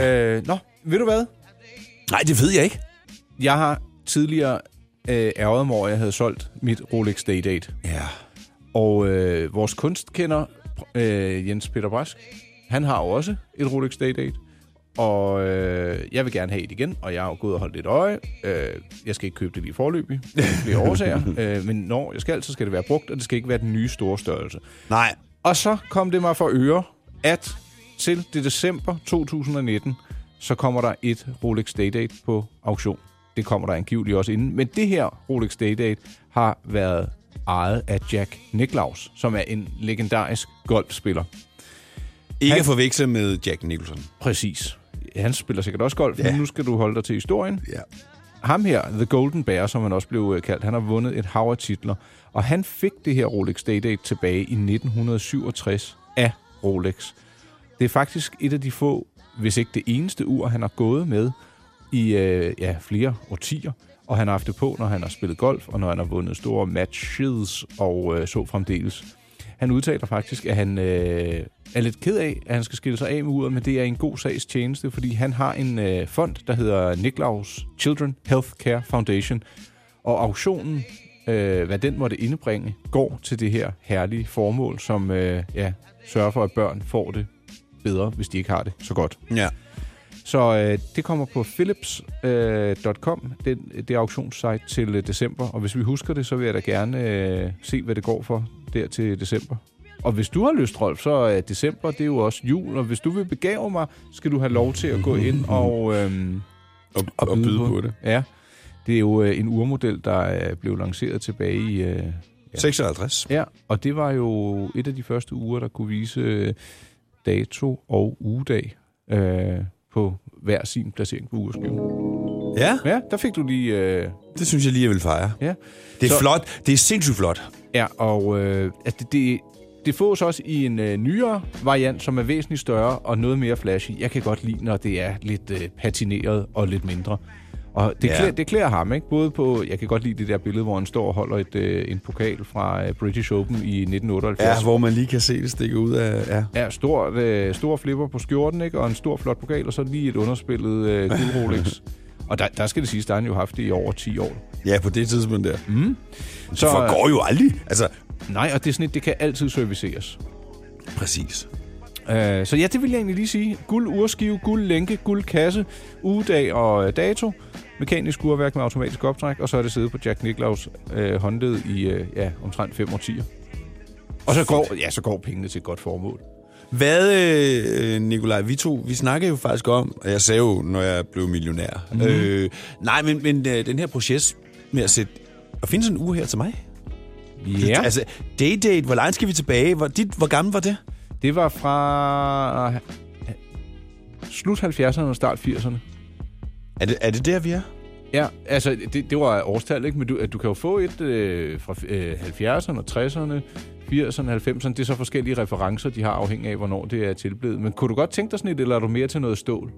[SPEAKER 2] ja.
[SPEAKER 4] Øh, nå, ved du hvad?
[SPEAKER 2] Nej, det ved jeg ikke.
[SPEAKER 4] Jeg har tidligere øh, ærget mig over, at jeg havde solgt mit Rolex Day-Date.
[SPEAKER 2] Ja.
[SPEAKER 4] Og øh, vores kunstkender, øh, Jens Peter Brask, han har jo også et Rolex Day-Date. Og øh, jeg vil gerne have det igen, og jeg har jo gået og holdt lidt øje. Øh, jeg skal ikke købe det lige forløbig, flere årsager. Øh, men når jeg skal, så skal det være brugt, og det skal ikke være den nye store størrelse.
[SPEAKER 2] Nej.
[SPEAKER 4] Og så kom det mig for øre, at til det december 2019, så kommer der et Rolex Day-Date på auktion. Det kommer der angiveligt også inden. Men det her Rolex Day-Date har været ejet af Jack Nicklaus, som er en legendarisk golfspiller.
[SPEAKER 2] Ikke
[SPEAKER 4] Han-
[SPEAKER 2] at forveksle med Jack Nicholson.
[SPEAKER 4] Præcis. Han spiller sikkert også golf, men nu skal du holde dig til historien.
[SPEAKER 2] Ja.
[SPEAKER 4] Ham her, The Golden Bear, som han også blev øh, kaldt, han har vundet et hav af titler. Og han fik det her Rolex Day-Date tilbage i 1967 af Rolex. Det er faktisk et af de få, hvis ikke det eneste ur, han har gået med i øh, ja, flere årtier. Og han har haft det på, når han har spillet golf, og når han har vundet store matches og øh, så fremdeles. Han udtaler faktisk, at han øh, er lidt ked af, at han skal skille sig af med uret, men det er en god sags tjeneste, fordi han har en øh, fond, der hedder Niklaus Children Healthcare Foundation. Og auktionen, øh, hvad den måtte indebringe, går til det her herlige formål, som øh, ja, sørger for, at børn får det bedre, hvis de ikke har det så godt.
[SPEAKER 2] Ja.
[SPEAKER 4] Så øh, det kommer på philips.com, øh, .com, den- det er auktionssite til øh, december. Og hvis vi husker det, så vil jeg da gerne øh, se, hvad det går for der til december. Og hvis du har lyst, Rolf, så er december, det er jo også jul. Og hvis du vil begave mig, skal du have lov til at gå ind og... Øh,
[SPEAKER 2] Og, og, og byde på det.
[SPEAKER 4] Ja, det er jo øh, en urmodel, der øh, blev lanceret tilbage i... Øh,
[SPEAKER 2] 56.
[SPEAKER 4] ja, og det var jo et af de første uger, der kunne vise øh, dato og ugedag øh, på hver sin placering på ugerskiven.
[SPEAKER 2] Ja,
[SPEAKER 4] Ja, der fik du lige... Øh,
[SPEAKER 2] det synes jeg lige, jeg vil fejre.
[SPEAKER 4] ja.
[SPEAKER 2] Det er
[SPEAKER 4] Så-
[SPEAKER 2] så... flot. Det er sindssygt flot.
[SPEAKER 4] ja, og øh, at det, det, det fås også i en øh, nyere variant, som er væsentligt større og noget mere flashy. Jeg kan godt lide, når det er lidt øh, patineret og lidt mindre. Og det,
[SPEAKER 2] Ja.
[SPEAKER 4] ja. klæder, det klæder ham, ikke? Både på... Jeg kan godt lide det der billede, hvor han står og holder et, øh, en pokal fra øh, British Open i 1978.
[SPEAKER 2] hvor man lige kan se det stikke ud af... Ja.
[SPEAKER 4] Ja, stort, øh, stor flipper på skjorten, ikke? Og en stor flot pokal, og så lige et underspillet øh, guld Rolex. og der, der skal det siges, der har han jo haft det i over 10 år.
[SPEAKER 2] ja, på det tidspunkt der. Mm. Så...
[SPEAKER 4] Så- øh,
[SPEAKER 2] Det forgår jo aldrig. Altså,
[SPEAKER 4] Nej, og det er sådan et, det kan altid serviceres.
[SPEAKER 2] præcis.
[SPEAKER 4] Øh, så ja, det vil jeg egentlig lige sige. Guld urskive, guld lænke, guld kasse, ugedag og øh, dato. Mekanisk urværk med automatisk optræk, og så er det siddet på Jack Nicklaus øh, håndled i øh, ja, omtrent fem årtier. Og så går, ja, så går pengene til et godt formål.
[SPEAKER 2] Hvad, øh, Nikolaj, vi to, vi snakkede jo faktisk om, og jeg sagde jo, når jeg blev millionær. Mm. Øh, nej, men, men øh, den her proces med at sætte, at finde sådan en uge her til mig.
[SPEAKER 4] Ja,
[SPEAKER 2] Altså, day-date, hvor langt skal vi tilbage? Hvor, dit, hvor gammel var det?
[SPEAKER 4] det var fra øh, slut 70'erne og start 80'erne.
[SPEAKER 2] Er det, er det der, vi er?
[SPEAKER 4] Ja, altså, det, det var årstal, ikke? Men du, du kan jo få et øh, fra øh, 70'erne og 60'erne, 80'erne, 90'erne. Det er så forskellige referencer, de har afhængig af, hvornår det er tilblevet. Men kunne du godt tænke dig sådan et, eller er du mere til noget stål?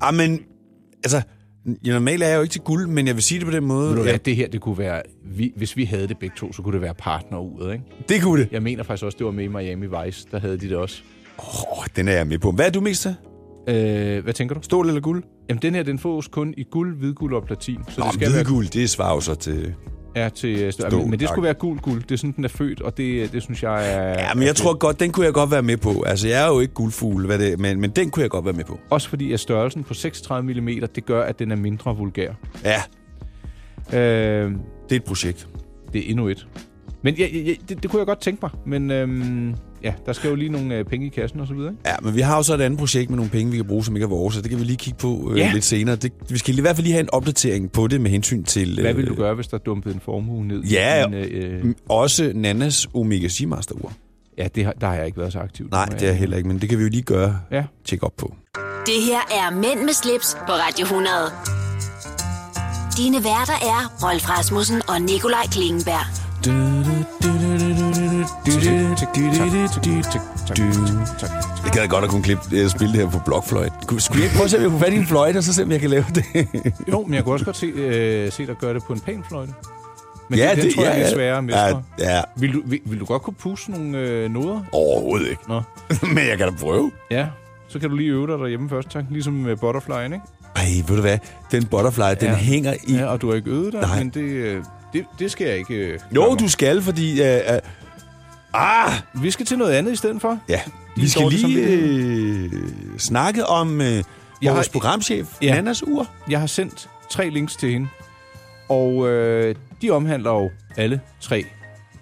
[SPEAKER 2] Ah, men, altså, jeg normalt er jeg jo ikke til guld, men jeg vil sige det på den måde.
[SPEAKER 4] Ja.
[SPEAKER 2] ja,
[SPEAKER 4] det her, det kunne være... Vi, hvis vi havde det begge to, så kunne det være partner ude, ikke?
[SPEAKER 2] det kunne det.
[SPEAKER 4] Jeg mener faktisk også, det var med i Miami Vice, der havde de det også.
[SPEAKER 2] Åh, den er jeg med på. Hvad er du mest til?
[SPEAKER 4] Øh, hvad tænker du?
[SPEAKER 2] Stål eller guld?
[SPEAKER 4] Jamen, den her, den fås kun i guld, hvidguld og platin. Så det
[SPEAKER 2] Nå, men
[SPEAKER 4] skal være...
[SPEAKER 2] hvidguld, det svarer jo så til
[SPEAKER 4] er til stål.
[SPEAKER 2] Stål,
[SPEAKER 4] Men, men det
[SPEAKER 2] tak.
[SPEAKER 4] skulle være gul guld. Det er sådan, den er født, og det, det synes jeg er...
[SPEAKER 2] Ja, men jeg tror godt, den kunne jeg godt være med på. Altså, jeg er jo ikke guldfugl, hvad det, men, men den kunne jeg godt være med på.
[SPEAKER 4] Også fordi, at størrelsen på 36 mm, det gør, at den er mindre vulgær.
[SPEAKER 2] Ja,
[SPEAKER 4] Øh,
[SPEAKER 2] det er et projekt.
[SPEAKER 4] det er endnu et. Men jeg, jeg, jeg- det, det kunne jeg godt tænke mig. Men øhm, ja, der skal jo lige nogle øh, penge i kassen og så videre. Ikke?
[SPEAKER 2] Ja, men vi har jo så et andet projekt med nogle penge, vi kan bruge, som ikke er vores, så det kan vi lige kigge på øh,
[SPEAKER 4] Ja.
[SPEAKER 2] ja. lidt senere. Det, vi skal i hvert fald lige have en opdatering på det med hensyn til...
[SPEAKER 4] Hvad ville du gøre, hvis der dumpede en formue ned?
[SPEAKER 2] Øh. Ja,
[SPEAKER 4] i din, øh, øh,
[SPEAKER 2] m- Også Nannas Omega Seamaster ur.
[SPEAKER 4] ja det har, der har jeg ikke været så aktiv.
[SPEAKER 2] Nej,
[SPEAKER 4] må
[SPEAKER 2] det er
[SPEAKER 4] jeg-
[SPEAKER 2] heller ikke, men det kan vi jo lige gøre.
[SPEAKER 4] Ja.
[SPEAKER 2] Tjek op på.
[SPEAKER 1] Det her er Mænd med slips på Radio 100. Dine værter er Rolf Rasmussen og Nikolaj Klingenberg.
[SPEAKER 2] Jeg gad godt at kunne klippe, øh, spille det her på blokfløjt. Kunne- Skulle jeg ikke prøve at se, om jeg kunne fat i en fløjte, og så se, om jeg kan lave det?
[SPEAKER 4] Jo, men jeg kunne også godt se, øh, se dig gøre det på en pæn fløjte. Men
[SPEAKER 2] Ja,
[SPEAKER 4] ja, den, det,
[SPEAKER 2] det-
[SPEAKER 4] tror jeg
[SPEAKER 2] ja,
[SPEAKER 4] er
[SPEAKER 2] ja.
[SPEAKER 4] sværere med.
[SPEAKER 2] Ja, ja.
[SPEAKER 4] Vil du, vil, vil du godt kunne puste nogle øh, noder?
[SPEAKER 2] Overhovedet ikke.
[SPEAKER 4] Nå.
[SPEAKER 2] men jeg kan da prøve.
[SPEAKER 4] Ja, så kan du lige øve dig derhjemme først, tak. Ligesom med butterflyen, ikke?
[SPEAKER 2] Ej, ved du hvad? Den butterfly, ja. den hænger i...
[SPEAKER 4] Ja, og du har ikke øvet dig,
[SPEAKER 2] Nej.
[SPEAKER 4] men det, øh, det, det skal jeg ikke... øh, gøre
[SPEAKER 2] Jo,
[SPEAKER 4] mig.
[SPEAKER 2] du skal, fordi... Øh, øh, ah!
[SPEAKER 4] Vi skal til noget andet i stedet for.
[SPEAKER 2] Ja, vi skal
[SPEAKER 4] dårlige
[SPEAKER 2] lige øh, snakke om øh, vores
[SPEAKER 4] har-
[SPEAKER 2] programchef,
[SPEAKER 4] Ja.
[SPEAKER 2] ja. Nannas ur.
[SPEAKER 4] Jeg har sendt tre links til hende, og øh, de omhandler jo alle tre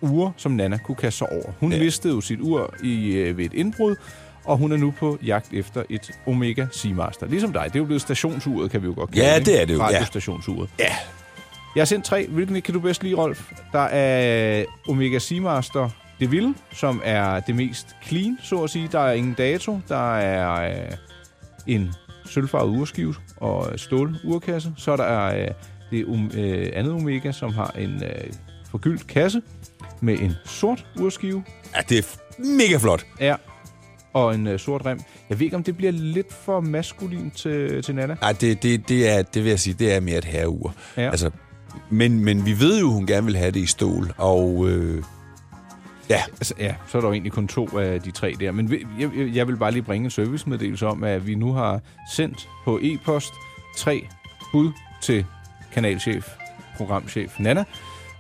[SPEAKER 4] uger, som Nana kunne kaste sig over. Hun ja.
[SPEAKER 2] Ja.
[SPEAKER 4] mistede jo sit ur i, øh, ved et indbrud, og hun er nu på jagt efter et Omega Seamaster. Ligesom dig. Det er jo blevet stationsuret, kan vi jo godt kalde
[SPEAKER 2] Ja,
[SPEAKER 4] ikke?
[SPEAKER 2] det er det jo, ja.
[SPEAKER 4] Radiostationsuret.
[SPEAKER 2] Ja.
[SPEAKER 4] Jeg har sendt tre. Hvilken kan du bedst lide, Rolf? Der er Omega Seamaster Deville, som er det mest clean, så at sige. Der er ingen dato. Der er øh, en sølvfarvet urskive og øh, stålurkasse. Så der er øh, det um, øh, andet Omega, som har en øh, forgyldt kasse med en sort urskive
[SPEAKER 2] Ja, det er f- mega flot.
[SPEAKER 4] ja, og en øh, sort rem. Jeg ved ikke, om det bliver lidt for maskulin til, til Nana.
[SPEAKER 2] Nej, det, det, det, er, det vil jeg sige, det er mere et herreur.
[SPEAKER 4] Ja.
[SPEAKER 2] Altså, men, men vi ved jo, hun gerne vil have det i stål, og... Øh, ja,
[SPEAKER 4] Altså, ja, så er der jo egentlig kun to af de tre der. Men vi- jeg, jeg- jeg vil bare lige bringe en servicemeddelelse om, at vi nu har sendt på e-post tre bud til kanalchef, programchef Nana.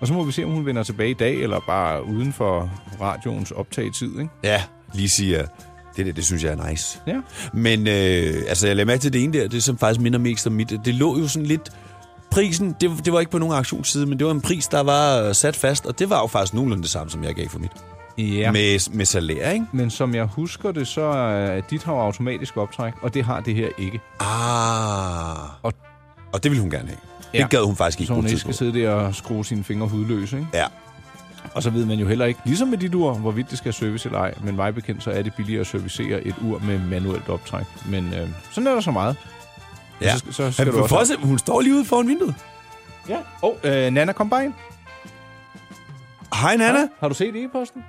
[SPEAKER 4] Og så må vi se, om hun vender tilbage i dag, eller bare uden for radioens optagetid, ikke?
[SPEAKER 2] ja, lige siger, det der, det synes jeg er nice.
[SPEAKER 4] Ja.
[SPEAKER 2] Men øh, altså, jeg lagde mærke til det ene der, det som faktisk minder mest om mit. Det lå jo sådan lidt... Prisen, det, det var ikke på nogen auktionsside, men det var en pris, der var øh, sat fast, og det var jo faktisk nogenlunde det samme, som jeg gav for mit.
[SPEAKER 4] Ja.
[SPEAKER 2] Ja. Med, med salær, ikke?
[SPEAKER 4] Men som jeg husker det, så er dit har jo automatisk optræk, og det har det her ikke.
[SPEAKER 2] Ah.
[SPEAKER 4] Og-
[SPEAKER 2] Og, og det ville hun gerne have.
[SPEAKER 4] Ja.
[SPEAKER 2] Ja. Det gad hun faktisk ikke
[SPEAKER 4] Så hun
[SPEAKER 2] bruge
[SPEAKER 4] ikke
[SPEAKER 2] tid på.
[SPEAKER 4] skal sidde der og skrue sine fingre hudløse, ikke?
[SPEAKER 2] Ja.
[SPEAKER 4] Og så ved man jo heller ikke, ligesom med dit ur, hvorvidt det skal service eller ej. Men mig bekendt, så er det billigere at servicere et ur med manuelt optræk. Men øh, sådan er der så meget.
[SPEAKER 2] ja.
[SPEAKER 4] Så, så skal
[SPEAKER 2] Han,
[SPEAKER 4] du
[SPEAKER 2] for
[SPEAKER 4] også...
[SPEAKER 2] også... hun står lige ude foran vinduet.
[SPEAKER 4] Ja. Og oh, øh, Nana, kom bare ind.
[SPEAKER 2] Hej, Nana.
[SPEAKER 4] Har du set e-posten?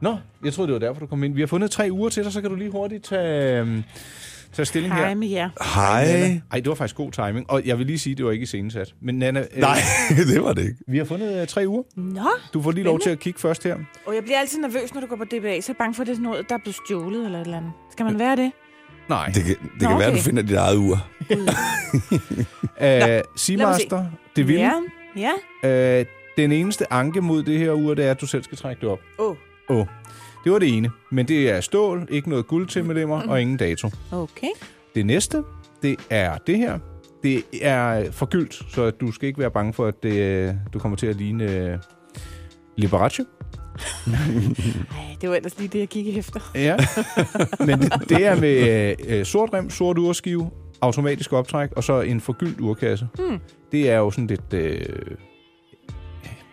[SPEAKER 4] Nå, jeg troede, det var derfor, du kom ind. Vi har fundet tre uger til dig, så kan du lige hurtigt tage, øh, tage stilling her.
[SPEAKER 10] Hej med jer.
[SPEAKER 2] Hej.
[SPEAKER 4] Nana. Ej, det var faktisk god timing. Og jeg vil lige sige, det var ikke i senesat. Men Nana, øh,
[SPEAKER 2] Nej, det var det ikke.
[SPEAKER 4] vi har fundet øh, tre uger.
[SPEAKER 10] Nå,
[SPEAKER 4] Du får lige lov til at kigge først her.
[SPEAKER 10] og jeg bliver altid nervøs, når du går på DBA, så er jeg bange for, at det er sådan noget, der er blevet stjålet eller et eller andet. Skal man være det?
[SPEAKER 4] Nej.
[SPEAKER 2] Det kan, det
[SPEAKER 10] Nå,
[SPEAKER 2] Nå, kan være,
[SPEAKER 10] okay.
[SPEAKER 2] du finder dit eget ur.
[SPEAKER 4] Æh, Øh, Seamaster, det vil.
[SPEAKER 10] Ja, ja.
[SPEAKER 4] Øh, den eneste anke mod det her ur, det er, at du selv skal trække det op.
[SPEAKER 10] Åh, oh,
[SPEAKER 4] Åh, det var det ene. Men det er stål, ikke noget guld til med lemmer og ingen dato.
[SPEAKER 10] okay.
[SPEAKER 4] Det næste, det er det her. Det er forgyldt, så du skal ikke være bange for, at det, øh, du kommer til at ligne øh, Liberace.
[SPEAKER 10] Ej, det var ellers lige det, jeg kiggede efter.
[SPEAKER 4] Ja. Men det, det er med øh, øh, sort rem, sort urskive, automatisk optræk og så en forgyldt urkasse. Mm. Det er jo sådan lidt... Øh,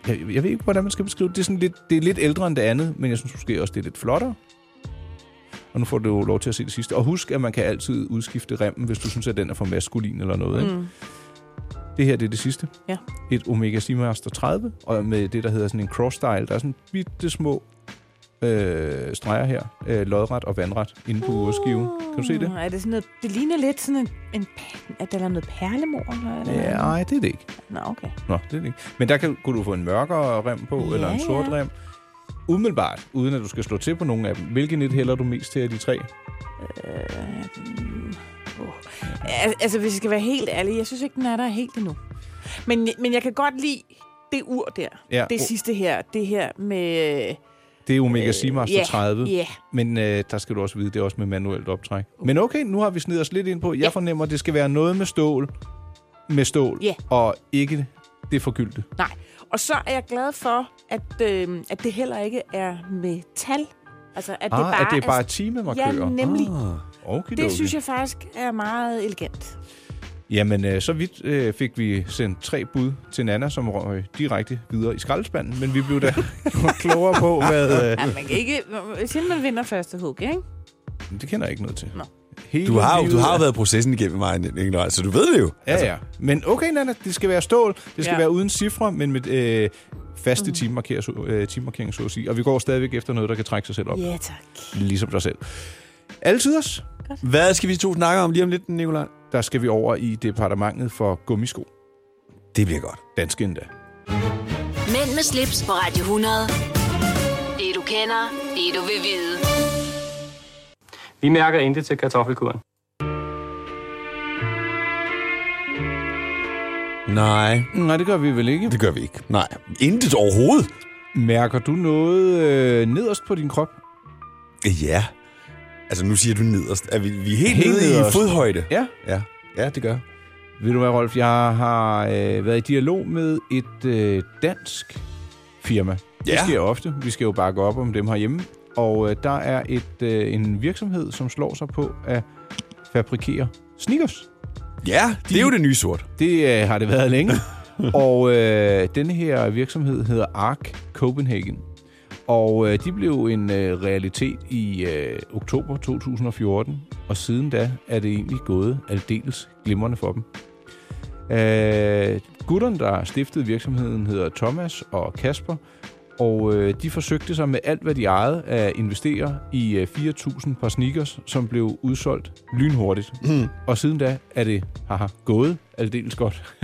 [SPEAKER 4] jeg, jeg ved ikke, hvordan man skal beskrive det. Det er, sådan lidt, det er lidt ældre end det andet, men jeg synes måske også, det er lidt flottere. Og nu får du jo lov til at se det sidste. Og husk, at man kan altid udskifte remmen, hvis du synes, at den er for maskulin eller noget. Ikke?
[SPEAKER 10] Mm.
[SPEAKER 4] Det her det er det sidste.
[SPEAKER 10] Ja.
[SPEAKER 4] Et Omega Seamaster 30, og med det, der hedder sådan en cross-style. Der er sådan bitte små øh, streger her. Øh, lodret og vandret inde på
[SPEAKER 10] Ah.
[SPEAKER 4] urskiven. Kan du se det?
[SPEAKER 10] Uh, Er det sådan noget, det ligner lidt sådan en, en pan- at der er noget perlemor eller eller
[SPEAKER 4] Ja, nej, det er det ikke.
[SPEAKER 10] Nå, okay.
[SPEAKER 4] Nå, det er det ikke. Men der kan, kunne du få en mørkere rem på,
[SPEAKER 10] Ja,
[SPEAKER 4] ja, eller en sort
[SPEAKER 10] ja.
[SPEAKER 4] rem. Umiddelbart, uden at du skal slå til på nogen af dem. Hvilken et hælder du mest til af de tre?
[SPEAKER 10] Øh, Al- altså, hvis jeg skal være helt ærlig, jeg synes ikke, den er der helt endnu. Men, men jeg kan godt lide det ur der,
[SPEAKER 4] Ja.
[SPEAKER 10] ja. det sidste her, det her med... øh,
[SPEAKER 4] Det er Omega Seamaster
[SPEAKER 10] ja,
[SPEAKER 4] 30.
[SPEAKER 10] ja.
[SPEAKER 4] Men øh, der skal du også vide, det er også med manuelt optræk. Men okay, nu har vi snedet os lidt ind på. Jeg
[SPEAKER 10] Ja.
[SPEAKER 4] fornemmer, at det skal være noget med stål, med stål,
[SPEAKER 10] Ja.
[SPEAKER 4] og ikke det forgyldte.
[SPEAKER 10] Nej. Og så er jeg glad for, at, øh, at det heller ikke er metal. Altså, at det bare
[SPEAKER 4] Ah, at det er bare
[SPEAKER 10] er...
[SPEAKER 4] timemarkører.
[SPEAKER 10] Ja, nemlig.
[SPEAKER 4] Ah, okay,
[SPEAKER 10] Det synes jeg faktisk er meget elegant.
[SPEAKER 4] Jamen, øh, så vidt øh, fik vi sendt tre bud til Nana, som røg direkte videre i skraldespanden, men vi blev da gjort klogere på, hvad... Øh,
[SPEAKER 10] Ja, man kan ikke... Siden man vinder første hug, ikke?
[SPEAKER 4] det kender jeg ikke noget til.
[SPEAKER 10] Nå.
[SPEAKER 4] Hele
[SPEAKER 2] Du har, jo,
[SPEAKER 4] livet
[SPEAKER 2] du har jo
[SPEAKER 4] er-
[SPEAKER 2] været processen igennem mig, Nikolaj, så du ved det jo.
[SPEAKER 4] Ja, ja. Men okay, Nana, det skal være stål. Det skal ja.
[SPEAKER 10] Ja. Mhm.
[SPEAKER 4] være uden cifre, men med øh, faste timemarkeringer, så- øh, timemarkeringer, så at sige. Og vi går stadigvæk efter noget, der kan trække sig selv op.
[SPEAKER 10] Ja, tak.
[SPEAKER 4] Ligesom dig selv. Alle tiders,
[SPEAKER 2] Hvad skal vi to snakke om lige om lidt, Nikolaj?
[SPEAKER 4] der skal vi over i departementet for gummisko.
[SPEAKER 2] Det bliver godt.
[SPEAKER 4] Dansk endda.
[SPEAKER 1] Mænd med slips på Radio 100. Det du kender, det du vil vide.
[SPEAKER 3] Vi mærker intet til kartoffelkuren.
[SPEAKER 2] Nej,
[SPEAKER 4] Nej, det gør vi vel ikke.
[SPEAKER 2] det gør vi ikke. Nej, intet overhovedet.
[SPEAKER 4] Mærker du noget øh, nederst på din krop?
[SPEAKER 2] Ja. Altså, nu siger du nederst. Er vi, vi er helt,
[SPEAKER 4] Helt
[SPEAKER 2] helt nede
[SPEAKER 4] nederst.
[SPEAKER 2] i fodhøjde?
[SPEAKER 4] Ja.
[SPEAKER 2] Ja. ja, det gør
[SPEAKER 4] Ved du hvad, Rolf? Jeg har øh, været i dialog med et øh, dansk firma. Ja. Det
[SPEAKER 2] Ja.
[SPEAKER 4] sker ofte. Vi skal jo bare gå op om dem herhjemme. Og øh, der er et øh, en virksomhed, som slår sig på at fabrikere sneakers.
[SPEAKER 2] Ja, det er jo det nye sort.
[SPEAKER 4] Det øh, har det været længe. og øh, denne her virksomhed hedder Ark Copenhagen. Og øh, de blev en øh, realitet i øh, oktober 2014, og siden da er det egentlig gået aldeles glimrende for dem. Øh, gutterne, der stiftede virksomheden, hedder Thomas og Kasper, og øh, de forsøgte sig med alt, hvad de ejede, at investere i øh, 4.000 par sneakers, som blev udsolgt lynhurtigt. Mm. Og siden da er det haha, gået aldeles godt.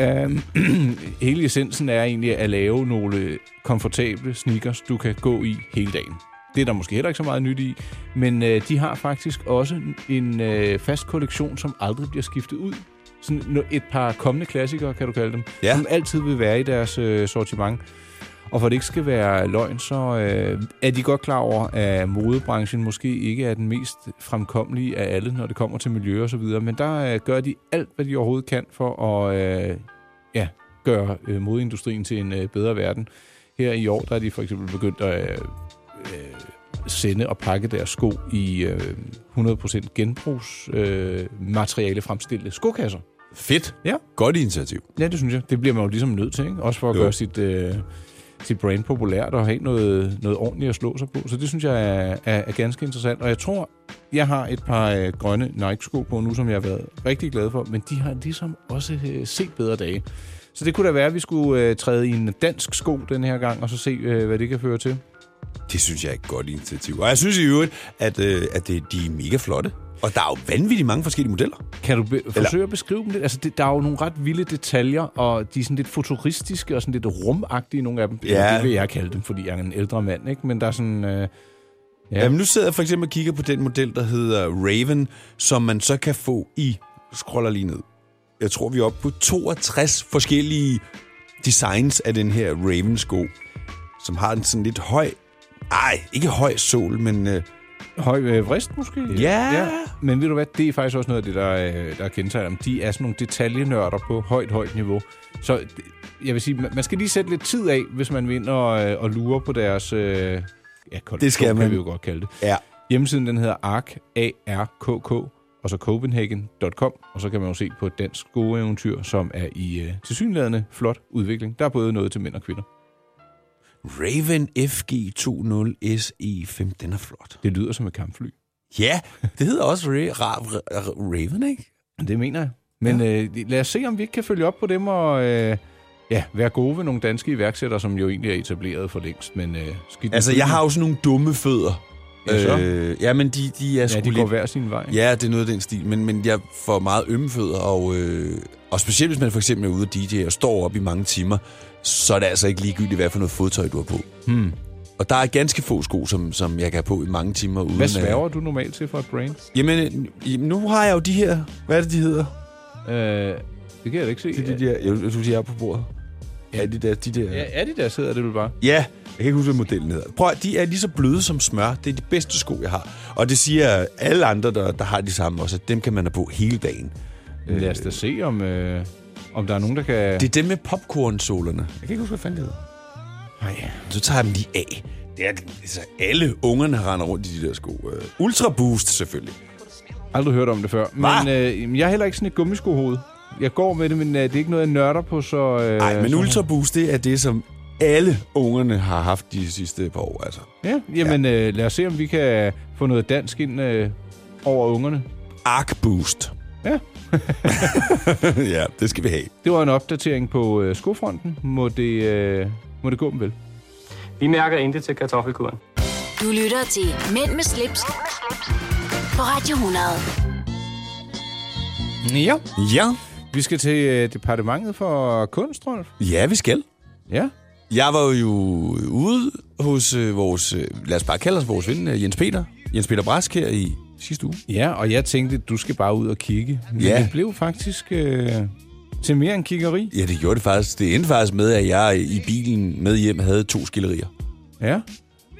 [SPEAKER 4] Øhm, hele essensen er egentlig at lave nogle komfortable sneakers, du kan gå i hele dagen. Det er der måske heller ikke så meget nyt i, men øh, de har faktisk også en øh, fast kollektion, som aldrig bliver skiftet ud. Sådan no- et par kommende klassikere, kan du kalde dem,
[SPEAKER 2] Ja.
[SPEAKER 4] som altid vil være i deres øh, sortiment. Og for at det ikke skal være løgn, så øh, er de godt klar over, at modebranchen måske ikke er den mest fremkommelige af alle, når det kommer til miljø og så videre. Men der øh, gør de alt, hvad de overhovedet kan for at øh, ja, gøre øh, modeindustrien til en øh, bedre verden. Her i år, der er de for eksempel begyndt at øh, øh, sende og pakke deres sko i øh, 100% genbrugsmateriale øh, materiale fremstillede skokasser.
[SPEAKER 2] Fedt.
[SPEAKER 4] Ja.
[SPEAKER 2] Godt initiativ.
[SPEAKER 4] Ja, det synes jeg. Det bliver man jo ligesom nødt til, ikke? Også for at
[SPEAKER 2] Jo.
[SPEAKER 4] jo. gøre sit, øh, sit brand populært og have noget, noget ordentligt at slå sig på. Så det synes jeg er, er, er ganske interessant. Og jeg tror, jeg har et par øh, grønne Nike-sko på nu, som jeg har været rigtig glad for, men de har ligesom også øh, set bedre dage. Så det kunne da være, at vi skulle øh, træde i en dansk sko den her gang, og så se, øh, hvad det kan føre til.
[SPEAKER 2] Det synes jeg er et godt initiativ. Og jeg synes i øvrigt, at, øh, at det, de er mega flotte. Og der er jo vanvittigt mange forskellige modeller.
[SPEAKER 4] Kan du be- forsøge at beskrive dem lidt? Altså, det, der er jo nogle ret vilde detaljer, og de er sådan lidt futuristiske og sådan lidt rumagtige, nogle af dem.
[SPEAKER 2] Ja.
[SPEAKER 4] Det vil jeg kalde dem, fordi jeg er en ældre mand, ikke? Men der er sådan... Øh, Ja.
[SPEAKER 2] Ja. Jamen, nu sidder jeg for eksempel og kigger på den model, der hedder Raven, som man så kan få i... Scroller lige ned. Jeg tror, vi er oppe på 62 forskellige designs af den her Raven-sko, som har en sådan lidt høj... Ej, ikke høj sol, men... Øh,
[SPEAKER 4] høj øh, vrist, måske?
[SPEAKER 2] Ja.
[SPEAKER 4] Men ved du hvad, det er faktisk også noget af det, der, øh, der kendetegner dem. De er sådan nogle detaljenørder på højt, højt niveau. Så øh, jeg vil sige, man man skal lige sætte lidt tid af, hvis man vil ind og, øh, og lure på deres... Øh, ja,
[SPEAKER 2] Det skal
[SPEAKER 4] man.
[SPEAKER 2] man.
[SPEAKER 4] kan vi jo godt kalde det.
[SPEAKER 2] ja.
[SPEAKER 4] Hjemmesiden den hedder ark, A-R-K-K, og så copenhagen.com, og så kan man jo se på et dansk gode eventyr, som er i øh, tilsyneladende flot udvikling. Der er både noget til mænd og kvinder.
[SPEAKER 2] Raven FG20 SE5, E den er flot.
[SPEAKER 4] Det lyder som et kampfly.
[SPEAKER 2] Ja, det hedder også Ra- Ra- Ra- Raven, ikke?
[SPEAKER 4] Det mener jeg. Men ja. øh, lad os se, om vi ikke kan følge op på dem og øh, ja, være gode ved nogle danske iværksættere, som jo egentlig er etableret for længst. Men, øh, skidt
[SPEAKER 2] Altså, jeg har jo sådan nogle dumme fødder.
[SPEAKER 4] Ja, så?
[SPEAKER 2] øh, ja men de, de er sgu
[SPEAKER 4] ja, de går
[SPEAKER 2] lidt...
[SPEAKER 4] hver sin vej.
[SPEAKER 2] Ja, det er noget af den stil, men, men jeg får meget ømme fødder, og, øh, og specielt hvis man for eksempel er ude og DJ og står op i mange timer, så er det altså ikke ligegyldigt, hvad for noget fodtøj du har på.
[SPEAKER 4] Hmm.
[SPEAKER 2] Og der er ganske få sko, som, som jeg kan have på i mange timer. Uden
[SPEAKER 4] Hvad
[SPEAKER 2] at-
[SPEAKER 4] sværger du normalt til for et brain?
[SPEAKER 2] Jamen, øh, nu har jeg jo de her... Hvad er det, de hedder?
[SPEAKER 4] Øh, det kan jeg da ikke se.
[SPEAKER 2] Det er de der... Jeg, jeg, jeg, jeg er på bordet. Adidas, de der...
[SPEAKER 4] Ja, Adidas hedder det vel bare.
[SPEAKER 2] Ja, jeg kan ikke huske, hvad modellen hedder. Prøv at, de er lige så bløde som smør. Det er de bedste sko, jeg har. Og det siger alle andre, der, der har de samme også, at dem kan man have på hele dagen.
[SPEAKER 4] Lad os da se, om, øh, om der er nogen, der kan...
[SPEAKER 2] Det er dem med popcorn-solerne. Jeg kan ikke huske, hvad fanden det hedder. Nej. Så tager jeg dem lige af. Det er, altså, alle ungerne render rundt i de der sko. Øh, Ultra Boost, selvfølgelig.
[SPEAKER 4] aldrig hørt om det før. Men øh, jamen, jeg er heller ikke sådan et gummiskohoved. Jeg går med det, men øh, det er ikke noget, jeg nørder på, så... Øh,
[SPEAKER 2] Nej, men
[SPEAKER 4] så-
[SPEAKER 2] Ultra Boost, det er det, som alle ungerne har haft de sidste par år, altså.
[SPEAKER 4] Ja, jamen øh, lad os se, om vi kan få noget dansk ind øh, over ungerne.
[SPEAKER 2] Arc Boost.
[SPEAKER 4] Ja.
[SPEAKER 2] ja, det skal vi have.
[SPEAKER 4] Det var en opdatering på øh, skofronten. Må det, øh, må det gå dem vel?
[SPEAKER 3] Vi mærker intet til kartoffelkuren.
[SPEAKER 1] Du lytter til Mænd med slips, på Radio 100.
[SPEAKER 4] Ja.
[SPEAKER 2] Ja.
[SPEAKER 4] Vi skal til øh, departementet for kunst, Rolf.
[SPEAKER 2] Ja, vi skal.
[SPEAKER 4] Ja.
[SPEAKER 2] Jeg var jo ude hos øh, vores, øh, lad os bare kalde os vores ven, øh, Jens Peter. Jens Peter Brask her i sidste uge.
[SPEAKER 4] Ja, og jeg tænkte, du skal bare ud og kigge. Men
[SPEAKER 2] Ja.
[SPEAKER 4] det blev faktisk øh, til mere end kiggeri.
[SPEAKER 2] Ja, det gjorde det faktisk. Det endte faktisk med, at jeg i bilen med hjem havde to skillerier.
[SPEAKER 4] Ja.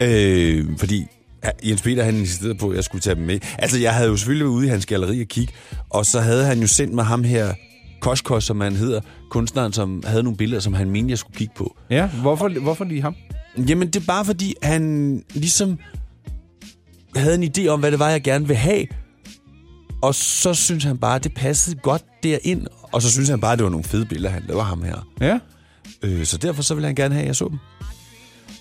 [SPEAKER 2] Øh, fordi ja, Jens Peter, han insisterede på, at jeg skulle tage dem med. Altså, jeg havde jo selvfølgelig været ude i hans galleri og kigge, og så havde han jo sendt mig ham her, Koskos, som han hedder, kunstneren, som havde nogle billeder, som han mente, jeg skulle kigge på.
[SPEAKER 4] Ja, hvorfor, hvorfor lige ham?
[SPEAKER 2] Jamen, det er bare fordi, han ligesom havde en idé om, hvad det var, jeg gerne ville have. Og så synes han bare, at det passede godt derind. Og så synes han bare, at det var nogle fede billeder, han laver ham her.
[SPEAKER 4] Ja.
[SPEAKER 2] Øh, så derfor så ville han gerne have, at jeg så dem.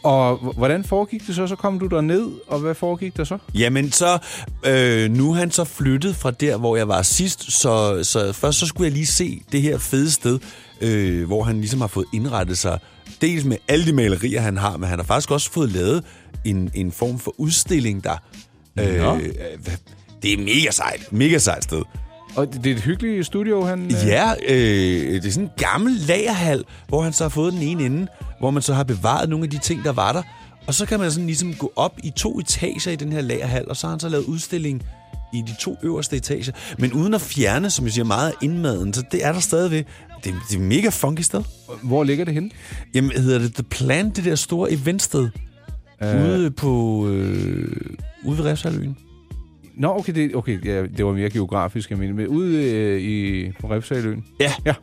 [SPEAKER 4] Og h- hvordan foregik det så? Så kom du der ned, og hvad foregik der så?
[SPEAKER 2] Jamen, så øh, nu er han så flyttet fra der, hvor jeg var sidst. Så, så først så skulle jeg lige se det her fede sted, øh, hvor han ligesom har fået indrettet sig. Dels med alle de malerier, han har, men han har faktisk også fået lavet en, en form for udstilling der. Øh, øh, hvad- det er mega sejt. Mega sejt sted.
[SPEAKER 4] Og det, det er et hyggeligt studio, han... øh,
[SPEAKER 2] Ja, øh, det er sådan en gammel lagerhal, hvor han så har fået den ene ende, hvor man så har bevaret nogle af de ting, der var der. Og så kan man sådan ligesom gå op i to etager i den her lagerhal, og så har han så lavet udstilling i de to øverste etager. Men uden at fjerne, som jeg siger, meget af indmaden, så det er der stadigvæk. Det, det er et mega funky sted.
[SPEAKER 4] Hvor ligger det henne?
[SPEAKER 2] Jamen, hedder det The Plan, det der store eventsted? Øh. Ude på... Øh, ude ved Refshaløen.
[SPEAKER 4] Nå, okay, det, okay ja, det var mere geografisk, jeg mener. Men ude øh, i, på Refsaløen.
[SPEAKER 2] Ja.
[SPEAKER 4] Ja.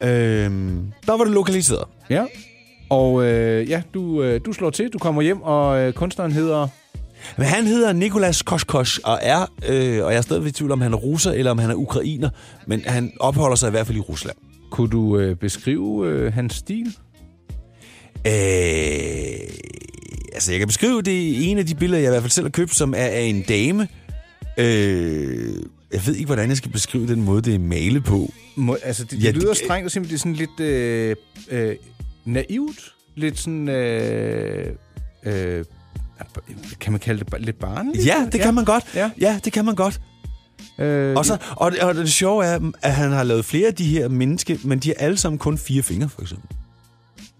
[SPEAKER 2] Øhm, der var det lokaliseret.
[SPEAKER 4] Ja. Og øh, ja, du, øh, du slår til, du kommer hjem, og øh, kunstneren hedder...
[SPEAKER 2] Men han hedder Nikolas Koskos og er, øh, og jeg er stadigvæk i tvivl om, han er russer eller om han er ukrainer, men han opholder sig i hvert fald i Rusland.
[SPEAKER 4] Kunne du øh, beskrive øh, hans stil?
[SPEAKER 2] Øh, altså, jeg kan beskrive det ene af de billeder, jeg i hvert fald selv har købt, som er af en dame. Øh, jeg ved ikke, hvordan jeg skal beskrive den måde, det er malet på.
[SPEAKER 4] Må, altså, det, det
[SPEAKER 2] Ja,
[SPEAKER 4] ja,
[SPEAKER 2] det-
[SPEAKER 4] lyder strengt og simpelthen det er sådan lidt øh, øh, naivt. Lidt sådan... Øh, øh, kan man kalde det ba- lidt barnligt?
[SPEAKER 2] Ja, det kan man godt.
[SPEAKER 4] Ja.
[SPEAKER 2] Ja, det kan man godt.
[SPEAKER 4] Øh,
[SPEAKER 2] Og, så, og, det, og det sjove er, at han har lavet flere af de her mennesker, men de har alle sammen kun fire fingre, for eksempel.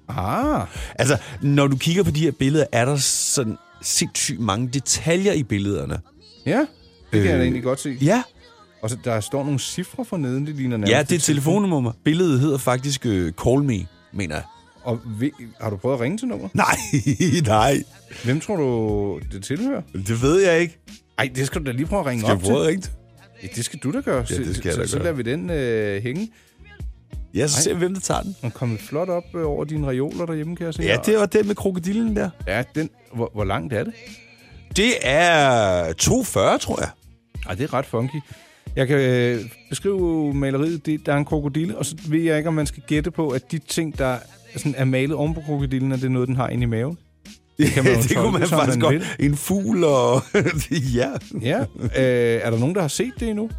[SPEAKER 4] Ah,
[SPEAKER 2] Altså, når du kigger på de her billeder, er der sådan sindssygt mange detaljer i billederne.
[SPEAKER 4] ja. Det kan jeg
[SPEAKER 2] Øh,
[SPEAKER 4] da egentlig godt se.
[SPEAKER 2] Ja,
[SPEAKER 4] Og så der står nogle cifre for neden, det ligner nærmest.
[SPEAKER 2] ja det er
[SPEAKER 4] et
[SPEAKER 2] et telefonnummer. Billedet hedder faktisk øh, Call Me, mener jeg.
[SPEAKER 4] telefon. Og vi- har du prøvet at ringe til nummer?
[SPEAKER 2] Nej, nej,
[SPEAKER 4] Hvem tror du, det tilhører?
[SPEAKER 2] det ved jeg ikke.
[SPEAKER 4] Ej, det skal du da lige prøve at ringe
[SPEAKER 2] Skal
[SPEAKER 4] op
[SPEAKER 2] jeg prøve
[SPEAKER 4] til.
[SPEAKER 2] at ringe? til-
[SPEAKER 4] Ja, det skal du da gøre.
[SPEAKER 2] Ja, det skal jeg
[SPEAKER 4] så,
[SPEAKER 2] da
[SPEAKER 4] så, så
[SPEAKER 2] gøre.
[SPEAKER 4] lader vi den øh, hænge.
[SPEAKER 2] Ja, så ser vi, hvem der tager den.
[SPEAKER 4] Den er kommet flot op øh, over dine reoler derhjemme, kan jeg se.
[SPEAKER 2] Ja, det var den med krokodillen der.
[SPEAKER 4] Ja, den, hvor, hvor langt er det?
[SPEAKER 2] Det er 240, tror jeg.
[SPEAKER 4] Ej, det er ret funky. Jeg kan øh, beskrive maleriet. Det, der er en krokodille, og så ved jeg ikke, om man skal gætte på, at de ting, der sådan er malet oven på krokodillen, er det noget, den har inde i maven.
[SPEAKER 2] Det,
[SPEAKER 4] kan man jo
[SPEAKER 2] det kunne
[SPEAKER 4] tolke,
[SPEAKER 2] man
[SPEAKER 4] som
[SPEAKER 2] faktisk
[SPEAKER 4] man
[SPEAKER 2] godt. En fugl og... ja.
[SPEAKER 4] Ja. øh, er der nogen, der har set det endnu?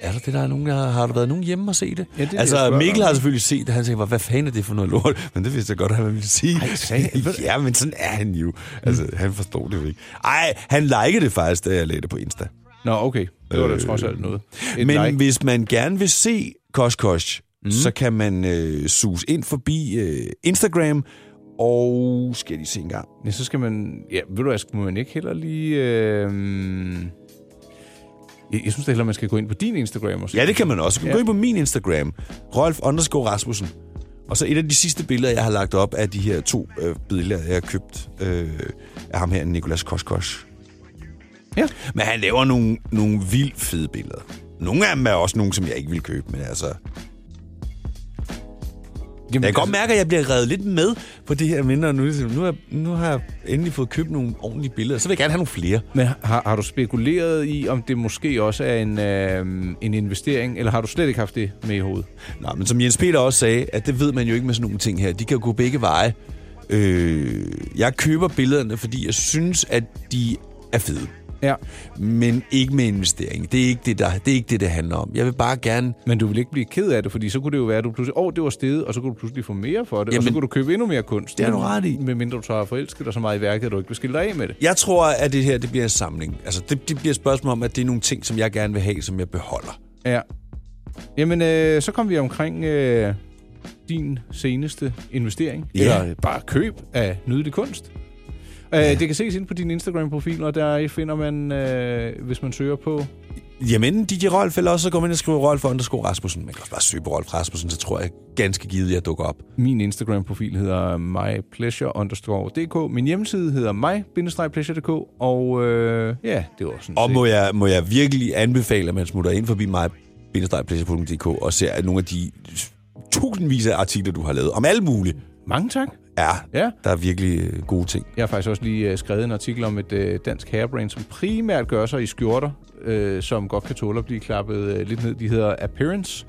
[SPEAKER 2] Er der det, der er nogen, der har, har der været nogen hjemme og se det?
[SPEAKER 4] Ja, det er det, jeg
[SPEAKER 2] altså,
[SPEAKER 4] spørger
[SPEAKER 2] Mikkel
[SPEAKER 4] om.
[SPEAKER 2] har selvfølgelig set det. Han tænker bare, hvad fanden er det for noget lort? Men det vidste jeg godt, at han ville sige.
[SPEAKER 4] Ej, sagde han, ved du- Mm.
[SPEAKER 2] ja, men sådan er han jo. Altså, han forstod det jo ikke. Ej, han likede det faktisk, da jeg lagde det på Insta.
[SPEAKER 4] Nå, okay. Det var da trods alt noget. Et
[SPEAKER 2] Øh. men
[SPEAKER 4] like.
[SPEAKER 2] hvis man gerne vil se Kosh Kosh, mm. så kan man øh, sus ind forbi øh, Instagram, og skal jeg lige se en gang.
[SPEAKER 4] Ja, så skal man... Ja, ved du hvad, skal man ikke heller lige... Øh... Jeg, jeg synes da heller, man skal gå ind på din Instagram og se.
[SPEAKER 2] Ja, det kan man også. Du kan
[SPEAKER 4] Ja.
[SPEAKER 2] ja. gå ind på min Instagram, Rolf underscore Rasmussen, Og så et af de sidste billeder, jeg har lagt op, er de her to øh, billeder, jeg har købt øh, af ham her, Nikolas Koskos.
[SPEAKER 4] Ja.
[SPEAKER 2] Men han laver nogle, nogle vildt fede billeder. Nogle af dem er også nogle, som jeg ikke vil købe, men altså...
[SPEAKER 4] Jamen,
[SPEAKER 2] Jeg kan godt mærke, at jeg bliver reddet lidt med på det her mindre nu. Nu, er, nu har jeg endelig fået købt nogle ordentlige billeder. Så vil jeg gerne have nogle flere.
[SPEAKER 4] Men har, har du spekuleret i, om det måske også er en, øh, en investering, eller har du slet ikke haft det med i hovedet?
[SPEAKER 2] Nej, men som Jens Peter også sagde, at det ved man jo ikke med sådan nogle ting her. De kan jo gå begge veje. Øh, jeg køber billederne, fordi jeg synes, at de er fede.
[SPEAKER 4] Ja.
[SPEAKER 2] Men ikke med investering. Det er ikke det, der, det, er ikke det, det handler om. Jeg vil bare gerne...
[SPEAKER 4] Men du vil ikke blive ked af det, fordi så kunne det jo være, at du pludselig, åh, oh, det var steget, og så kunne du pludselig få mere for det, Jamen, og så
[SPEAKER 2] Jamen,
[SPEAKER 4] kunne du købe endnu mere kunst.
[SPEAKER 2] det har du ret i.
[SPEAKER 4] Medmindre du så har forelsket dig så meget i værket, at du ikke vil skille dig af med det.
[SPEAKER 2] Jeg tror, at det her det bliver en samling. Altså, det, det bliver et spørgsmål om, at det er nogle ting, som jeg gerne vil have, som jeg beholder.
[SPEAKER 4] Ja. Jamen, øh, så kom vi omkring øh, din seneste investering.
[SPEAKER 2] Ja.
[SPEAKER 4] Eller øh, bare køb af nydelig kunst. Ja. Øh, det kan ses ind på din Instagram-profil, og der finder man, øh, hvis man søger på...
[SPEAKER 2] Jamen, DJ Rolf, eller også så går man ind og skriver Rolf underscore Rasmussen. Man kan også bare søge på Rolf Rasmussen, så tror jeg ganske givet, at jeg dukker op.
[SPEAKER 4] Min Instagram-profil hedder mypleasure_dk. Min hjemmeside hedder my-pleasure.dk, og øh, ja, det var sådan
[SPEAKER 2] Og
[SPEAKER 4] set-
[SPEAKER 2] må jeg, må jeg virkelig anbefale, at man smutter ind forbi mig, pleasuredk og ser at nogle af de tusindvis af artikler, du har lavet, om alle mulige,
[SPEAKER 4] Mange tak.
[SPEAKER 2] er,
[SPEAKER 4] Ja.
[SPEAKER 2] der er virkelig øh, gode ting.
[SPEAKER 4] Jeg har faktisk også lige øh, skrevet en artikel om et øh, dansk hairbrand, som primært gør sig i skjorter, øh, som godt kan tåle at blive klappet øh, lidt ned. De hedder Appearance,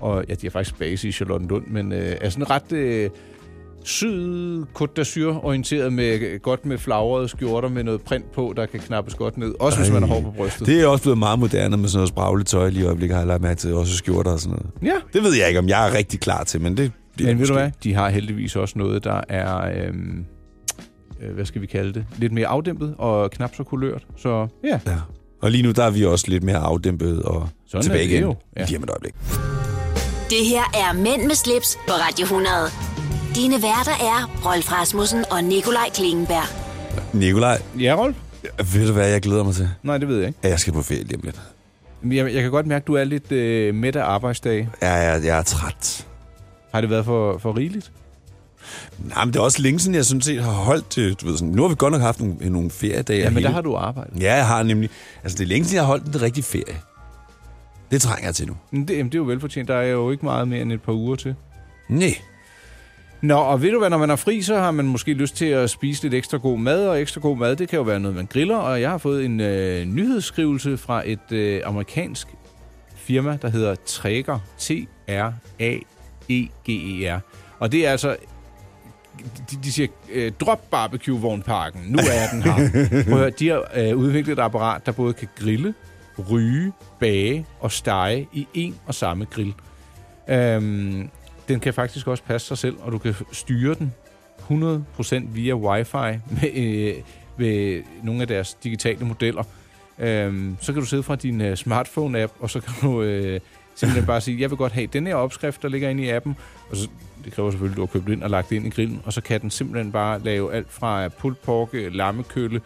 [SPEAKER 4] og ja, de er faktisk base i Charlottenlund, men øh, er sådan ret øh, syd Côte d'Azur-orienteret, med, øh, godt med flagrede skjorter med noget print på, der kan knappes godt ned, også Ej. hvis man har hår på brystet.
[SPEAKER 2] Det er også blevet meget moderne med sådan noget spraglet tøj lige i øjeblikket, har jeg lagt mærke til, også skjorter og sådan noget.
[SPEAKER 4] Ja.
[SPEAKER 2] Det ved jeg ikke, om jeg er rigtig klar til, men det bliver
[SPEAKER 4] Men ved du
[SPEAKER 2] måske.
[SPEAKER 4] hvad, de har heldigvis også noget, der er, øhm, øh, hvad skal vi kalde det, lidt mere afdæmpet og knap så kulørt. Så ja,
[SPEAKER 2] Ja. Og lige nu, der er vi også lidt mere afdæmpet og
[SPEAKER 4] Sådan
[SPEAKER 2] sådan
[SPEAKER 4] er
[SPEAKER 2] tilbage
[SPEAKER 4] det
[SPEAKER 2] igen.
[SPEAKER 4] jo. Ja.
[SPEAKER 2] Ja. Lige om et øjeblik.
[SPEAKER 1] Det her er Mænd med slips på Radio 100. Dine værter er Rolf Rasmussen og Nikolaj Klingenberg.
[SPEAKER 2] Nikolaj,
[SPEAKER 4] ja Rolf?
[SPEAKER 2] ved du hvad jeg glæder mig til?
[SPEAKER 4] Nej, det ved jeg ikke.
[SPEAKER 2] At jeg skal på ferie lige om lidt.
[SPEAKER 4] Men Jeg, jeg kan godt mærke, at du er lidt øh, midt af arbejdsdag.
[SPEAKER 2] Jeg, jeg, jeg er træt.
[SPEAKER 4] Har det været for, for rigeligt?
[SPEAKER 2] Nej, men det er også længe siden, jeg sådan set har holdt det. Du ved, sådan, nu har vi godt nok haft nogle, øh, nogle feriedage.
[SPEAKER 4] Ja,
[SPEAKER 2] og
[SPEAKER 4] men
[SPEAKER 2] hele-
[SPEAKER 4] der har du arbejdet.
[SPEAKER 2] Ja, jeg har nemlig... Altså, det er længe siden, jeg har holdt en rigtig ferie. Det trænger jeg til nu.
[SPEAKER 4] Men det, jamen, det er jo velfortjent. Der er jo ikke meget mere end et par uger til.
[SPEAKER 2] Nej.
[SPEAKER 4] Nå, og ved du hvad, når man er fri, så har man måske lyst til at spise lidt ekstra god mad, og ekstra god mad, det kan jo være noget, man griller, og jeg har fået en øh, nyhedsskrivelse fra et øh, amerikansk firma, der hedder Traeger, E T-R-A-E-G-E-R, og det er altså, de, de siger, øh, drop barbecue-vognparken, nu er den her. Prøv at høre, de har øh, udviklet et apparat, der både kan grille, ryge, bage og stege i en og samme grill. Øhm, den kan faktisk også passe sig selv, og du kan styre den 100% via wifi med, øh, med nogle af deres digitale modeller. Øhm, så kan du sidde fra din øh, smartphone-app, og så kan du øh, simpelthen bare sige, jeg vil godt have den her opskrift, der ligger inde i appen. Og så, det kræver selvfølgelig, at du har købt det ind og lagt det ind i grillen, og så kan den simpelthen bare lave alt fra pulled pork, øh, lammekølle,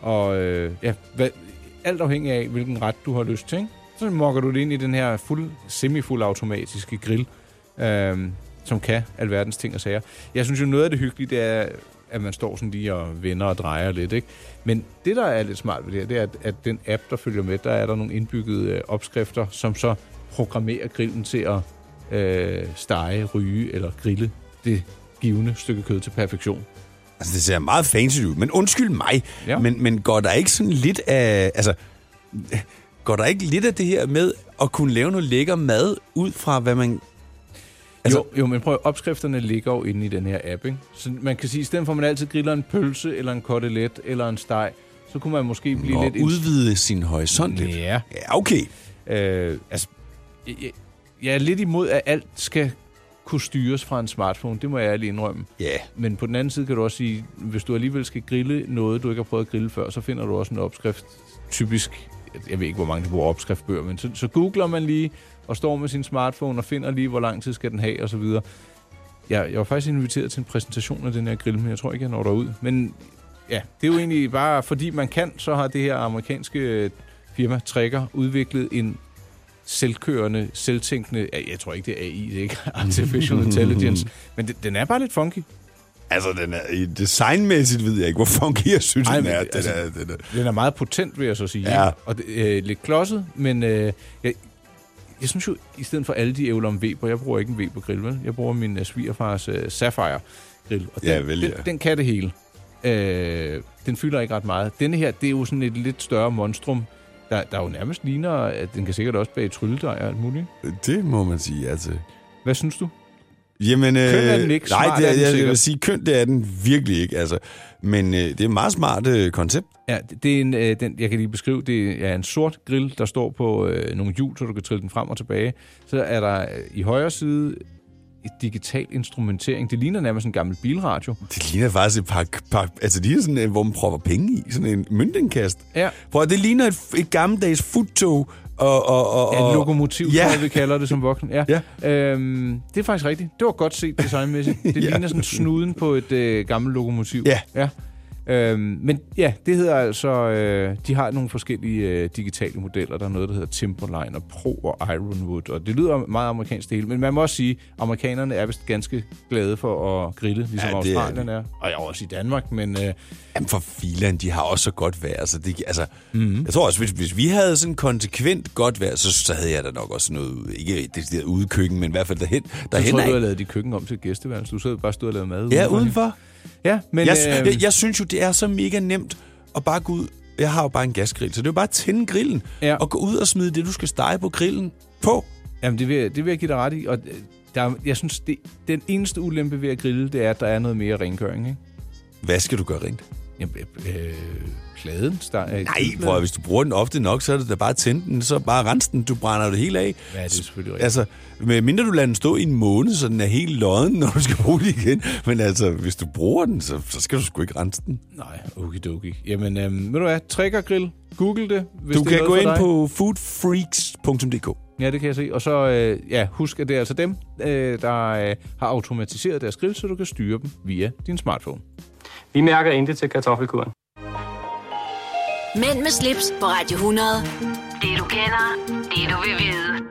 [SPEAKER 4] og øh, ja, hvad, alt afhængig af, hvilken ret du har lyst til. Ikke? Så mokker du det ind i den her fuld, semi-fuld automatiske grill, øh, som kan alverdens ting og sager. Jeg synes jo, noget af det hyggelige, det er, at man står sådan lige og vender og drejer lidt. Ikke? Men det, der er lidt smart ved det her, det er, at, at den app, der følger med, der er der nogle indbyggede øh, opskrifter, som så programmerer grillen til at øh, stege, ryge eller grille det givende stykke kød til perfektion.
[SPEAKER 2] Altså, det ser meget fancy ud. Men undskyld mig.
[SPEAKER 4] Ja.
[SPEAKER 2] Ja. Men, men går der ikke sådan lidt af... Altså, går der ikke lidt af det her med at kunne lave noget lækker mad ud fra, hvad man...
[SPEAKER 4] Altså, jo, jo, men prøv at- opskrifterne ligger jo inde i den her app, ikke? Så man kan sige, at i stedet for at man altid griller en pølse, eller en kotelet, eller en steg, så kunne man måske blive
[SPEAKER 2] Nå,
[SPEAKER 4] lidt...
[SPEAKER 2] udvide sin horisont lidt.
[SPEAKER 4] Ja.
[SPEAKER 2] Ja, okay.
[SPEAKER 4] Øh, altså, jeg, jeg- jeg er lidt imod, at alt skal kunne styres fra en smartphone. Det må jeg ærligt indrømme.
[SPEAKER 2] Ja.
[SPEAKER 4] Men på den anden side kan du også sige, hvis du alligevel skal grille noget, du ikke har prøvet at grille før, så finder du også en opskrift. Typisk, jeg ved ikke, hvor mange der bruger opskriftbøger, men så, så googler man lige og står med sin smartphone og finder lige, hvor lang tid skal den have osv. Jeg, jeg var faktisk inviteret til en præsentation af den her grill, men jeg tror ikke, jeg når derud. Men ja, det er jo egentlig bare, fordi man kan, så har det her amerikanske øh, firma Trigger udviklet en selvkørende, selvtænkende... ja, Jeg tror ikke, det er AI, det er ikke Artificial Intelligence. Men det, den er bare lidt funky.
[SPEAKER 2] Altså, den er, i designmæssigt ved jeg ikke, hvor funky jeg synes,
[SPEAKER 4] Ej,
[SPEAKER 2] den
[SPEAKER 4] men
[SPEAKER 2] er. Den,
[SPEAKER 4] det- altså-
[SPEAKER 2] er, den er.
[SPEAKER 4] Den er meget potent, vil jeg så sige.
[SPEAKER 2] Ja.
[SPEAKER 4] ikke? Og det, øh, lidt klodset, men øh, jeg, jeg synes jo, i stedet for alle de ævler om Weber, jeg bruger ikke en Weber-grill, vel? Jeg bruger min øh, svigerfars øh, Sapphire-grill. Og den,
[SPEAKER 2] Ja, vel, ja.
[SPEAKER 4] den, den kan det hele. Øh, den fylder ikke ret meget. Denne her, det er jo sådan et lidt større monstrum, der, der jo nærmest ligner, at den kan sikkert også bage trylledej og alt muligt.
[SPEAKER 2] Det må man sige, altså.
[SPEAKER 4] Hvad synes du?
[SPEAKER 2] Jamen, øh,
[SPEAKER 4] Køn er den ikke, smart
[SPEAKER 2] nej, det
[SPEAKER 4] er
[SPEAKER 2] er,
[SPEAKER 4] den
[SPEAKER 2] jeg, jeg
[SPEAKER 4] sikkert.
[SPEAKER 2] vil sige, køn det er den virkelig ikke, altså. Men øh, det er et meget smart øh, koncept.
[SPEAKER 4] Ja, det det er en, øh, den, jeg kan lige beskrive, det er en sort grill, der står på øh, nogle hjul, så du kan trille den frem og tilbage. Så er der øh, i højre side et digital instrumentering. Det ligner nærmest en gammel bilradio.
[SPEAKER 2] Det ligner faktisk et par... par altså, det er sådan, øh, hvor man propper penge i. Sådan en møntindkast.
[SPEAKER 4] Ja.
[SPEAKER 2] Prøv, at- det ligner et, et gammeldags futtog og... og, og,
[SPEAKER 4] Ja,
[SPEAKER 2] og
[SPEAKER 4] et lokomotiv,
[SPEAKER 2] ja.
[SPEAKER 4] ja. tror jeg, vi kalder det som voksen. Ja.
[SPEAKER 2] Ja.
[SPEAKER 4] Øhm, det er faktisk rigtigt. Det var godt set designmæssigt. Det
[SPEAKER 2] Ja.
[SPEAKER 4] ligner sådan snuden på et øh, gammelt lokomotiv.
[SPEAKER 2] Ja.
[SPEAKER 4] ja. Øhm, men ja, det hedder altså... Øh, de har nogle forskellige øh, digitale modeller. Der er noget, der hedder Timberline og Pro og Ironwood. Og det lyder meget amerikansk det hele. Men man må også sige, at amerikanerne er vist ganske glade for at grille, ligesom
[SPEAKER 2] Ja,
[SPEAKER 4] ja,
[SPEAKER 2] det er
[SPEAKER 4] Australien er. Og jeg er også i Danmark, men... Øh,
[SPEAKER 2] Jamen for filan, de har også så godt vejr. Altså, det, altså,
[SPEAKER 4] Mhm.
[SPEAKER 2] mm-hmm. Jeg tror også, hvis, hvis vi havde sådan konsekvent godt vejr, så, så havde jeg da nok også noget, ikke det der ude i køkken, men i hvert fald derhen.
[SPEAKER 4] jeg
[SPEAKER 2] derhen
[SPEAKER 4] tror, du
[SPEAKER 2] af.
[SPEAKER 4] havde lavet dit køkken om til et gæsteværelse. Du sad bare stod og lavede mad.
[SPEAKER 2] Ja,
[SPEAKER 4] udenfor.
[SPEAKER 2] udenfor.
[SPEAKER 4] Ja, men... øhm, øh,
[SPEAKER 2] Jeg, jeg, jeg synes jo, det er så mega nemt at bare gå ud. Jeg har jo bare en gasgrill, så det er jo bare at tænde grillen
[SPEAKER 4] Ja.
[SPEAKER 2] og gå ud og smide det, du skal stege på grillen på.
[SPEAKER 4] Jamen, det vil, jeg- det vil jeg give dig ret i. Og øh, der, er- jeg synes, det, den eneste ulempe ved at grille, det er, at der er noget mere rengøring, ikke?
[SPEAKER 2] Hvad skal du gøre rent?
[SPEAKER 4] Jamen, øh, øh, pladen? Der, øh,
[SPEAKER 2] Nej, prøv, at- hvis du bruger den ofte nok, så er det da bare at tænde den, så bare rens den, du brænder det hele af.
[SPEAKER 4] Ja, det er selvfølgelig rigtigt.
[SPEAKER 2] Altså, med mindre du lader den stå i en måned, så den er helt lodden, når du skal bruge den igen. Men altså, hvis du bruger den, så, så skal du sgu ikke rense den.
[SPEAKER 4] Nej, okidoki. Jamen, øh, ved du hvad? Trigger grill. Google det, hvis
[SPEAKER 2] du
[SPEAKER 4] det er
[SPEAKER 2] kan
[SPEAKER 4] noget
[SPEAKER 2] gå
[SPEAKER 4] for
[SPEAKER 2] ind
[SPEAKER 4] dig.
[SPEAKER 2] på foodfreaks.dk.
[SPEAKER 4] Ja, det kan jeg se. Og så, øh, ja, husk, at det er altså dem, øh, der øh, har automatiseret deres grill, så du kan styre dem via din smartphone.
[SPEAKER 3] Vi mærker intet til kartoffelkuren.
[SPEAKER 1] Mænd med slips på Radio 100. Det du kender, det du vil vide.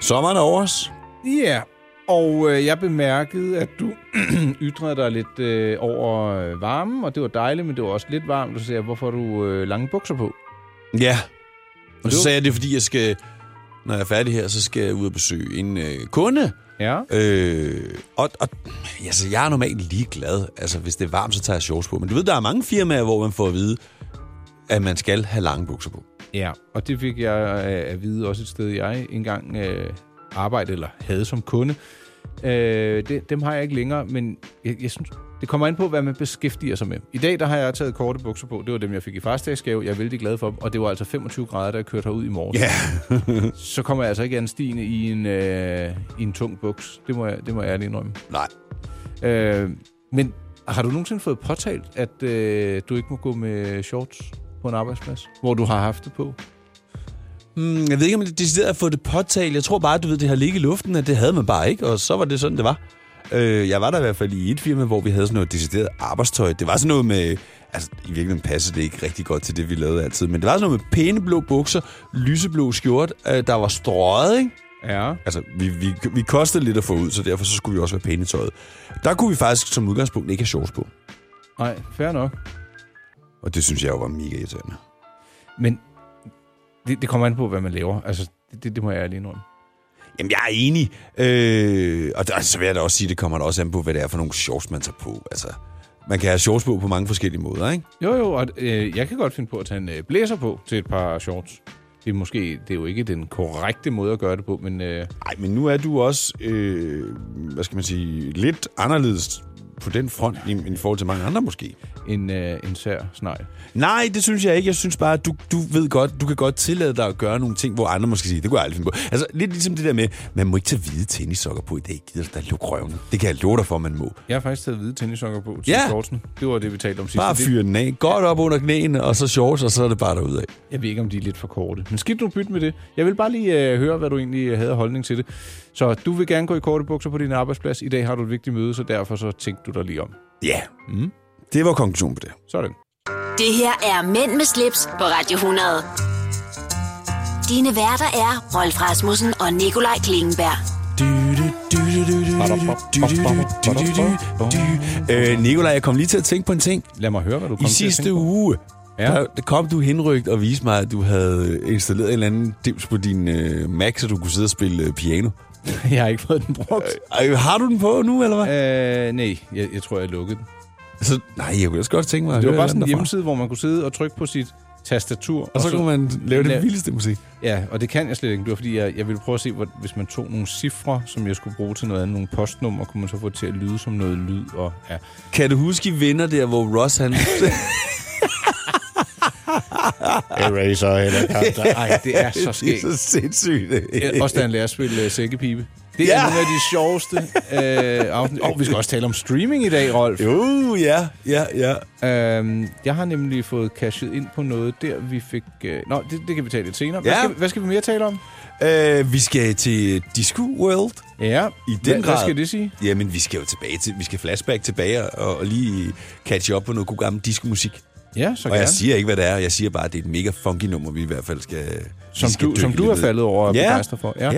[SPEAKER 2] Sommeren er over os.
[SPEAKER 4] Ja, og øh, jeg bemærkede, at du ytrede dig lidt øh, over øh, varmen, og det var dejligt, men det var også lidt varmt. Så sagde jeg, hvorfor har du øh, lange bukser på?
[SPEAKER 2] Ja. Og så
[SPEAKER 4] du-
[SPEAKER 2] sagde jeg, det er, fordi jeg skal, når jeg er færdig her, så skal jeg ud og besøge en øh, kunde.
[SPEAKER 4] Ja,
[SPEAKER 2] Øh, og, og altså, jeg er normalt ligeglad. Altså, hvis det er varmt, så tager jeg shorts på. Men du ved, der er mange firmaer, hvor man får at vide, at man skal have lange bukser på.
[SPEAKER 4] ja. og det fik jeg øh, at vide også et sted, jeg engang øh, arbejdede eller havde som kunde. Øh, det, dem har jeg ikke længere, men jeg, jeg synes, det kommer an på, hvad man beskæftiger sig med. I dag der har jeg taget korte bukser på. Det var dem, jeg fik i farsdagsgave. Jeg er vældig glad for dem, og det var altså 25 grader, da jeg kørte herud i morges. så kommer jeg altså ikke anstigende i en, øh, i en tung buks. Det må jeg, det må jeg ærligt indrømme.
[SPEAKER 2] Nej.
[SPEAKER 4] Øh, men har du nogensinde fået påtalt, at øh, du ikke må gå med shorts på en arbejdsplads, hvor du har haft det på?
[SPEAKER 2] Mm, jeg ved ikke, om det decideret at få det påtalt. Jeg tror bare, du ved, det har ligget i luften, at det havde man bare ikke, og så var det sådan, det var. Øh, jeg var der i hvert fald i et firma, hvor vi havde sådan noget decideret arbejdstøj. Det var sådan noget med... Altså, i virkeligheden passede det ikke rigtig godt til det, vi lavede altid. Men det var sådan noget med pæne blå bukser, lyseblå skjort, øh, der var strøget, ikke?
[SPEAKER 4] Ja.
[SPEAKER 2] Altså, vi, vi, vi kostede lidt at få ud, så derfor så skulle vi også være pæne i tøjet. Der kunne vi faktisk som udgangspunkt ikke have shorts på.
[SPEAKER 4] Nej, fair nok.
[SPEAKER 2] Og det synes jeg jo var mega irriterende.
[SPEAKER 4] Men det, det kommer an på, hvad man laver. Altså, det, det, det må jeg ærligt indrømme.
[SPEAKER 2] Jamen, jeg er enig. Øh, og der, så vil jeg da også sige, det kommer da også an på, hvad det er for nogle shorts, man tager på. Altså, man kan have shorts på på mange forskellige måder, ikke?
[SPEAKER 4] Jo, jo, og øh, jeg kan godt finde på at tage en øh, blæser på til et par shorts. Det er måske det er jo ikke den korrekte måde at gøre det på, men øh,
[SPEAKER 2] Nej, men nu er du også, øh, hvad skal man sige, lidt anderledes på den front i, i forhold til mange andre måske.
[SPEAKER 4] en, øh, en sær snegl.
[SPEAKER 2] Nej, det synes jeg ikke. Jeg synes bare, at du, du ved godt, du kan godt tillade dig at gøre nogle ting, hvor andre måske siger, det kunne jeg aldrig finde på. Altså, lidt ligesom det der med, man må ikke tage hvide tennissokker på i dag. Gider du da lukke røven? Det kan jeg love dig for, man må.
[SPEAKER 4] Jeg har faktisk taget hvide tennissokker på til
[SPEAKER 2] Ja.
[SPEAKER 4] shortsen. Det var det, vi talte om sidst.
[SPEAKER 2] Bare
[SPEAKER 4] Det-
[SPEAKER 2] fyre den af. Godt op under knæene, og så shorts, og så er det bare derudad.
[SPEAKER 4] Jeg ved ikke, om de er lidt for korte. Men skidt nu bytte med det. Jeg vil bare lige øh, høre, hvad du egentlig øh, havde af holdning til det. Så du vil gerne gå i korte bukser på din arbejdsplads. I dag har du et vigtigt møde, så derfor så tænkte du dig lige om.
[SPEAKER 2] Ja. Mm. Det var konklusionen på det.
[SPEAKER 4] Sådan.
[SPEAKER 1] Det her er Mænd med slips på Radio 100. Dine værter er Rolf Rasmussen og Nikolaj Klingenberg.
[SPEAKER 2] Øh, Nikolaj, jeg kom lige til at tænke på en ting.
[SPEAKER 4] Lad mig høre, hvad du kom
[SPEAKER 2] I
[SPEAKER 4] til at tænke
[SPEAKER 2] sidste
[SPEAKER 4] på.
[SPEAKER 2] uge,
[SPEAKER 4] Ja.
[SPEAKER 2] ja. der, der kom du henrygt og viste mig, at du havde installeret en eller anden dims på din øh, Mac, så du kunne sidde og spille øh, piano.
[SPEAKER 4] Jeg har ikke fået den brugt.
[SPEAKER 2] Øh, har du den på nu, eller hvad?
[SPEAKER 4] Øh, nej, jeg, jeg tror, jeg lukkede den.
[SPEAKER 2] Så, nej, jeg kunne også godt tænke mig at
[SPEAKER 4] Det var
[SPEAKER 2] høre
[SPEAKER 4] bare sådan en
[SPEAKER 2] den derfra.
[SPEAKER 4] hjemmeside, hvor man kunne sidde og trykke på sit tastatur.
[SPEAKER 2] Og så kunne man lave
[SPEAKER 4] Ja.
[SPEAKER 2] det vildeste musik.
[SPEAKER 4] Ja, og det kan jeg slet ikke. Det var fordi, jeg, jeg ville prøve at se, hvor, hvis man tog nogle cifre, som jeg skulle bruge til noget andet, nogle postnummer, kunne man så få det til at lyde som noget lyd. Og, ja.
[SPEAKER 2] Kan du huske, I vinder der, hvor Ross han... Ah.
[SPEAKER 8] Eraser eller counter.
[SPEAKER 4] Ej, det er så
[SPEAKER 2] det er
[SPEAKER 4] skægt.
[SPEAKER 2] så sindssygt.
[SPEAKER 4] Ja, Også da han lærer at spille uh, sækkepipe. Det er ja.
[SPEAKER 2] Ja!
[SPEAKER 4] nogle af de sjoveste uh, afsnit. Og vi skal også tale om streaming i dag, Rolf.
[SPEAKER 2] Jo, ja, ja, ja.
[SPEAKER 4] Øhm, jeg har nemlig fået cashet ind på noget der, vi fik... Øh, nå, det, det kan vi tale lidt senere. Hvad,
[SPEAKER 2] Ja.
[SPEAKER 4] skal, hvad skal vi mere tale om?
[SPEAKER 2] Øh, vi skal til Disco World.
[SPEAKER 4] Ja,
[SPEAKER 2] I
[SPEAKER 4] hvad,
[SPEAKER 2] den
[SPEAKER 4] hvad
[SPEAKER 2] grad.
[SPEAKER 4] skal det sige?
[SPEAKER 2] Jamen, vi skal jo tilbage til... Vi skal flashback tilbage og, og lige catch op på noget god gammel diskomusik.
[SPEAKER 4] Ja, så
[SPEAKER 2] Og
[SPEAKER 4] gerne.
[SPEAKER 2] jeg siger ikke, hvad det er. Jeg siger bare, at det er et mega funky nummer, vi i hvert fald skal...
[SPEAKER 4] som
[SPEAKER 2] vi skal
[SPEAKER 4] du, som
[SPEAKER 2] dykke
[SPEAKER 4] du er
[SPEAKER 2] lidt ned i.
[SPEAKER 4] faldet over og
[SPEAKER 2] Ja.
[SPEAKER 4] begejstret for. Ja.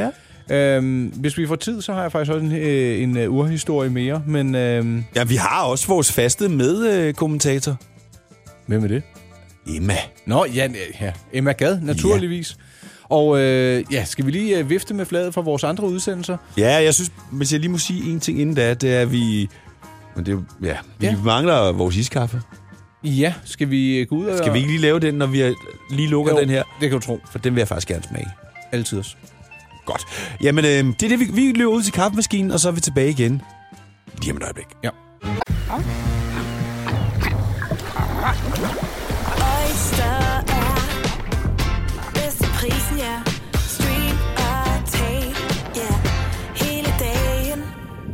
[SPEAKER 4] ja. Øhm, hvis vi får tid, så har jeg faktisk også en, øh, en øh, urhistorie mere, men øhm,
[SPEAKER 2] Ja, vi har også vores faste medkommentator.
[SPEAKER 4] hvem er det?
[SPEAKER 2] Emma.
[SPEAKER 4] Nå, ja, øh, ja. Emma Gad, naturligvis. Ja. Og øh, ja, skal vi lige øh, vifte med flaget for vores andre udsendelser?
[SPEAKER 2] Ja, jeg synes, hvis jeg lige må sige en ting inden da, det er, at vi... Men det, er jo- ja, vi
[SPEAKER 4] Ja.
[SPEAKER 2] ja. mangler vores iskaffe.
[SPEAKER 4] Ja, skal vi øh, gå ud og...
[SPEAKER 2] Skal vi ikke lige lave den, når vi er- lige lukker
[SPEAKER 4] Jo,
[SPEAKER 2] den her?
[SPEAKER 4] det kan du tro.
[SPEAKER 2] For den vil jeg faktisk gerne smage.
[SPEAKER 4] Altid os.
[SPEAKER 2] Godt. Jamen, øh, det er det, vi, vi løber ud til kaffemaskinen, og så er vi tilbage igen. Lige om et øjeblik.
[SPEAKER 4] Ja.
[SPEAKER 11] Oyster er bedst til prisen, ja. Stream og tag, ja. Hele dagen.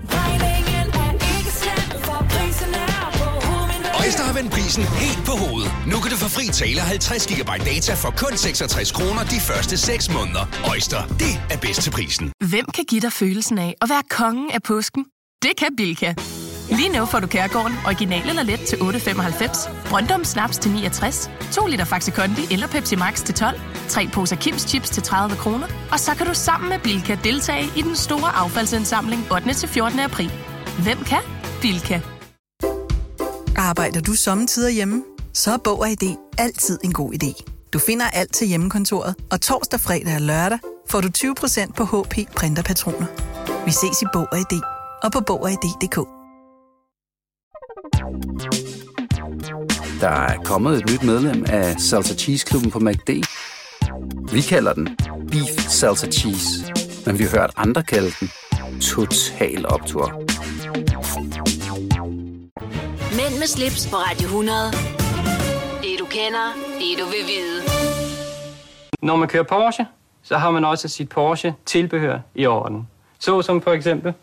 [SPEAKER 11] Regningen er ikke slem, for prisen er på hovedet.
[SPEAKER 12] Øjster har vendt prisen helt på hovedet. Nu kan du få fri tale 50 GB data for kun 66 kroner de første 6 måneder. Øjster, det er bedst til prisen.
[SPEAKER 11] Hvem kan give dig følelsen af at være kongen af påsken? Det kan Bilka. Lige nu får du Kærgården original eller let til 8.95, Brøndum Snaps til 69, 2 liter Faxi Kondi eller Pepsi Max til 12, 3 poser Kims Chips til 30 kroner, og så kan du sammen med Bilka deltage i den store affaldsindsamling 8. til 14. april. Hvem kan? Bilka.
[SPEAKER 12] Arbejder du sommetider hjemme? Så er Bog og ID altid en god idé. Du finder alt til hjemmekontoret, og torsdag, fredag og lørdag får du 20% på HP Printerpatroner. Vi ses i Bog og ID og på Bog og ID.dk.
[SPEAKER 11] Der er kommet et nyt medlem af Salsa Cheese Klubben på MACD. Vi kalder den Beef Salsa Cheese, men vi har hørt andre kalde den Total Optor.
[SPEAKER 1] Mænd med slips på Radio 100. Det du kender, det du vil vide.
[SPEAKER 3] Når man kører Porsche, så har man også sit Porsche-tilbehør i orden. Så som for eksempel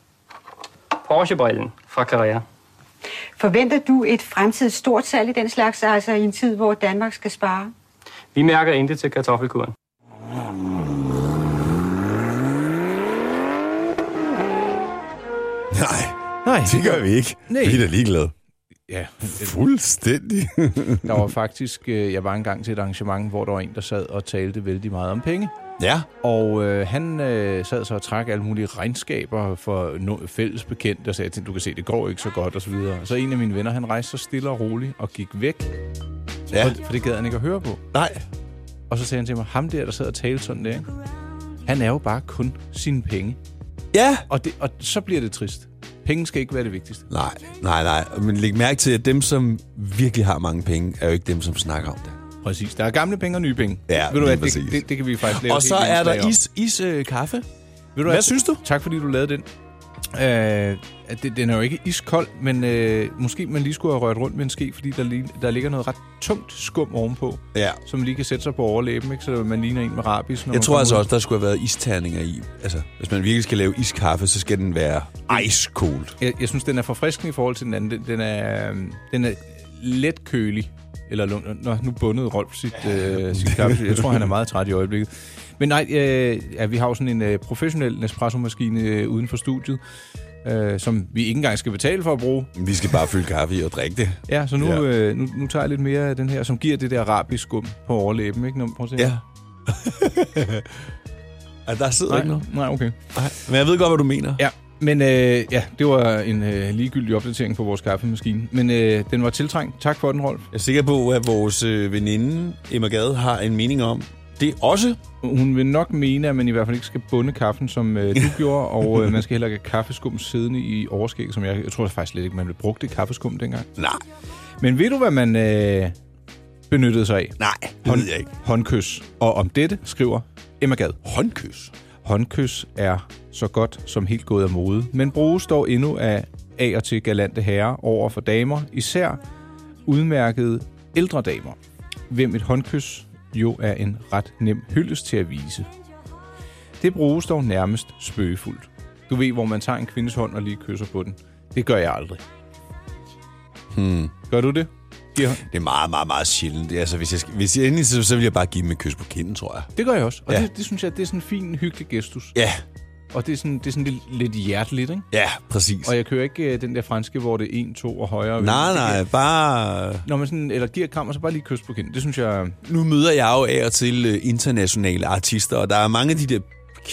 [SPEAKER 3] Porsche-brillen fra Carrera.
[SPEAKER 5] Forventer du et fremtidigt stort salg i den slags, altså i en tid, hvor Danmark skal spare?
[SPEAKER 3] Vi mærker intet til kartoffelkuren.
[SPEAKER 2] Nej,
[SPEAKER 4] Nej.
[SPEAKER 2] det gør vi ikke.
[SPEAKER 4] Nej.
[SPEAKER 2] Vi er da ligeglade.
[SPEAKER 4] Ja,
[SPEAKER 2] Fuldstændig.
[SPEAKER 4] der var faktisk... Øh, jeg var engang til et arrangement, hvor der var en, der sad og talte vældig meget om penge.
[SPEAKER 2] ja.
[SPEAKER 4] Og øh, han øh, sad så og trak alle mulige regnskaber for no- fælles bekendt og sagde til du kan se, det går ikke så godt og så videre. Så en af mine venner, han rejste så stille og roligt og gik væk,
[SPEAKER 2] Ja.
[SPEAKER 4] for, for det gad han ikke at høre på.
[SPEAKER 2] Nej.
[SPEAKER 4] Og så sagde han til mig, ham der, der sad og talte sådan der, ikke? han er jo bare kun sine penge.
[SPEAKER 2] Ja.
[SPEAKER 4] Og, det, og så bliver det trist. Penge skal ikke være det vigtigste.
[SPEAKER 2] Nej, nej, nej. Men læg mærke til, at dem, som virkelig har mange penge, er jo ikke dem, som snakker om det.
[SPEAKER 4] Præcis. Der er gamle penge og nye penge.
[SPEAKER 2] Ja,
[SPEAKER 4] Ved du
[SPEAKER 2] lige
[SPEAKER 4] hvad, det,
[SPEAKER 2] præcis.
[SPEAKER 4] det, det kan vi faktisk lave
[SPEAKER 2] Og
[SPEAKER 4] et
[SPEAKER 2] så
[SPEAKER 4] helt
[SPEAKER 2] er
[SPEAKER 4] indslag
[SPEAKER 2] der
[SPEAKER 4] om.
[SPEAKER 2] is, is øh, kaffe.
[SPEAKER 4] Ved du
[SPEAKER 2] Hvad synes du?
[SPEAKER 4] Tak fordi du lavede den. Øh, at det, den er jo ikke iskold, men øh, måske man lige skulle have rørt rundt med en ske, fordi der, lige, der ligger noget ret tungt skum ovenpå,
[SPEAKER 2] Ja.
[SPEAKER 4] som lige kan sætte sig på overlæben, ikke? så man ligner en med rabis. Når
[SPEAKER 2] Jeg
[SPEAKER 4] man
[SPEAKER 2] tror
[SPEAKER 4] kommer
[SPEAKER 2] altså
[SPEAKER 4] ud.
[SPEAKER 2] også, der skulle have været isterninger i. Altså, hvis man virkelig skal lave iskaffe, så skal den være ice cold.
[SPEAKER 4] Jeg, jeg synes, den er forfriskende i forhold til den anden. Den, den, er, øhm, den er let kølig. Eller lun- Nå, nu bundede Rolf sit, øh, sit kaffe. Jeg tror, han er meget træt i øjeblikket. Men nej, øh, ja, vi har jo sådan en øh, professionel Nespresso-maskine øh, uden for studiet. øh, som vi ikke engang skal betale for at bruge.
[SPEAKER 2] Vi skal bare fylde kaffe i og drikke det.
[SPEAKER 4] Ja, så nu,
[SPEAKER 2] Ja.
[SPEAKER 4] ja. Øh, nu, nu tager jeg lidt mere af den her, som giver det der arabisk skum på overlæben, ikke? Nå, Prøv at se.
[SPEAKER 2] Ja. Ah, der sidder
[SPEAKER 4] Nej,
[SPEAKER 2] ikke noget.
[SPEAKER 4] Nej, okay.
[SPEAKER 2] Nej, men jeg ved godt, hvad du mener.
[SPEAKER 4] Ja, men øh, ja, det var en øh, ligegyldig opdatering på vores kaffemaskine. Men øh, den var tiltrængt. Tak for den, Rolf.
[SPEAKER 2] Jeg er sikker på, at vores øh, veninde Emma Gade har en mening om det også.
[SPEAKER 4] Hun vil nok mene, at man i hvert fald ikke skal bunde kaffen, som øh, du gjorde, og øh, man skal heller ikke have kaffeskum siddende i overskæg, som jeg, jeg tror faktisk slet ikke, man brugte kaffeskum dengang.
[SPEAKER 2] Nej.
[SPEAKER 4] Men ved du, hvad man øh, benyttede sig af?
[SPEAKER 2] Nej, det ved jeg ikke.
[SPEAKER 4] Håndkys. Og om dette skriver Emma Gad.
[SPEAKER 2] Håndkys?
[SPEAKER 4] Håndkys er så godt som helt gået af mode, men bruges dog endnu af af og til galante herrer over for damer, især udmærkede ældre damer, hvem et håndkys jo er en ret nem hyldest til at vise. Det bruges dog nærmest spøgefuldt. Du ved, hvor man tager en kvindes hånd og lige kysser på den. Det gør jeg aldrig.
[SPEAKER 2] Hmm.
[SPEAKER 4] Gør du det? Giver...
[SPEAKER 2] Det er meget, meget, meget sjældent. Altså, hvis jeg, skal, hvis jeg endelig, så, så vil jeg bare give dem et kys på kinden, tror jeg.
[SPEAKER 4] Det gør jeg også. Og
[SPEAKER 2] Ja.
[SPEAKER 4] ja. det, det, synes jeg, det er sådan en fin, hyggelig gestus.
[SPEAKER 2] Ja.
[SPEAKER 4] Og det er sådan, det er sådan lidt, lidt hjerteligt, ikke?
[SPEAKER 2] Ja, præcis.
[SPEAKER 4] Og jeg kører ikke øh, den der franske, hvor det er 1, 2 og højere.
[SPEAKER 2] Nej,
[SPEAKER 4] Det
[SPEAKER 2] nej,
[SPEAKER 4] kan-
[SPEAKER 2] bare...
[SPEAKER 4] Når man sådan, eller giver et kram, og så bare lige kys på kinden. Det synes jeg...
[SPEAKER 2] Nu møder jeg jo af og til øh, internationale artister, og der er mange af de der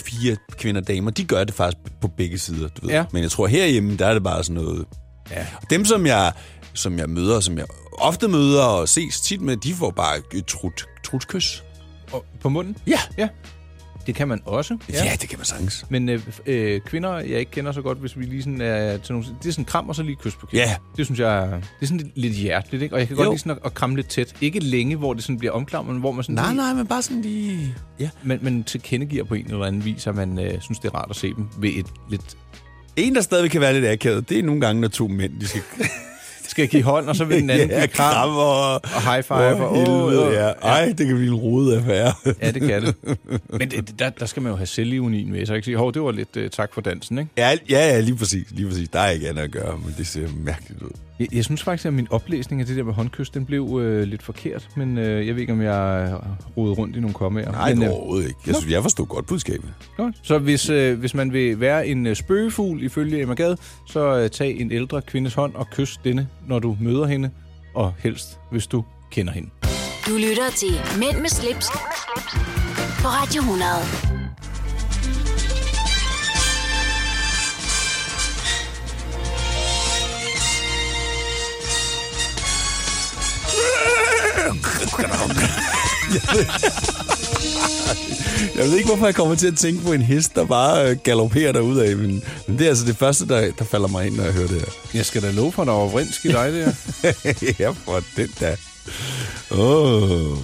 [SPEAKER 2] fire kvinder og damer, de gør det faktisk på begge sider, du ved.
[SPEAKER 4] Ja.
[SPEAKER 2] Men jeg tror, herhjemme, der er det bare sådan noget...
[SPEAKER 4] Ja.
[SPEAKER 2] Dem, som jeg, som jeg møder, som jeg ofte møder og ses tit med, de får bare et trut, trutkys.
[SPEAKER 4] Og på munden?
[SPEAKER 2] Ja.
[SPEAKER 4] ja. Det kan man også.
[SPEAKER 2] Ja, ja det kan man sagtens.
[SPEAKER 4] Men øh, f- øh, kvinder, jeg ikke kender så godt, hvis vi lige sådan er til nogle... Det er sådan kram, og så lige kys på kinden.
[SPEAKER 2] Ja.
[SPEAKER 4] Det synes jeg... Det er sådan lidt, lidt hjerteligt, ikke? Og jeg kan
[SPEAKER 2] Jo.
[SPEAKER 4] godt lide sådan at, at kramme lidt tæt. Ikke længe, hvor det sådan bliver omklamret, men hvor man sådan...
[SPEAKER 2] Nej,
[SPEAKER 4] lige,
[SPEAKER 2] nej, men bare sådan lige... Ja.
[SPEAKER 4] Man, man tilkendegiver på en eller anden vis, at man øh, synes, det er rart at se dem ved et lidt...
[SPEAKER 2] En, der stadig kan være lidt akavet, det er nogle gange, når to mænd, de skal...
[SPEAKER 4] Skal give hånd, og så vil den anden
[SPEAKER 2] ja,
[SPEAKER 4] give kram.
[SPEAKER 2] kram og...
[SPEAKER 4] Og high five.
[SPEAKER 2] Åh,
[SPEAKER 4] og,
[SPEAKER 2] helvede,
[SPEAKER 4] åh,
[SPEAKER 2] ja. Ej, det kan blive en rodet affære.
[SPEAKER 4] Ja, det kan det. Men det, der, der skal man jo have selvionien med, så jeg kan sige, hov, det var lidt uh, tak for dansen, ikke?
[SPEAKER 2] Ja, ja, ja, lige præcis, lige præcis. Der er ikke andet at gøre, men det ser mærkeligt ud.
[SPEAKER 4] Jeg, jeg synes faktisk, at min oplæsning af det der med håndkys, den blev øh, lidt forkert, men øh, jeg ved ikke, om jeg øh, rodede rundt i nogle kommaer.
[SPEAKER 2] Nej,
[SPEAKER 4] men,
[SPEAKER 2] men, overhovedet ikke. Jeg, synes, jeg forstod godt budskabet.
[SPEAKER 4] godt. Så hvis, øh, hvis man vil være en øh, spøgefugl ifølge Emma Gad, så øh, tag en ældre kvindes hånd og kys denne, når du møder hende, og helst, hvis du kender hende.
[SPEAKER 1] Du lytter til Mænd med slips, på Radio 100.
[SPEAKER 2] Jeg ved ikke, hvorfor jeg kommer til at tænke på en hest, der bare øh, galopperer derudad, men, men det er altså det første, der, der falder mig ind, når jeg hører det her.
[SPEAKER 4] Jeg skal da love for, at der var vrinsk i dig, det her.
[SPEAKER 2] ja, for den da. Oh.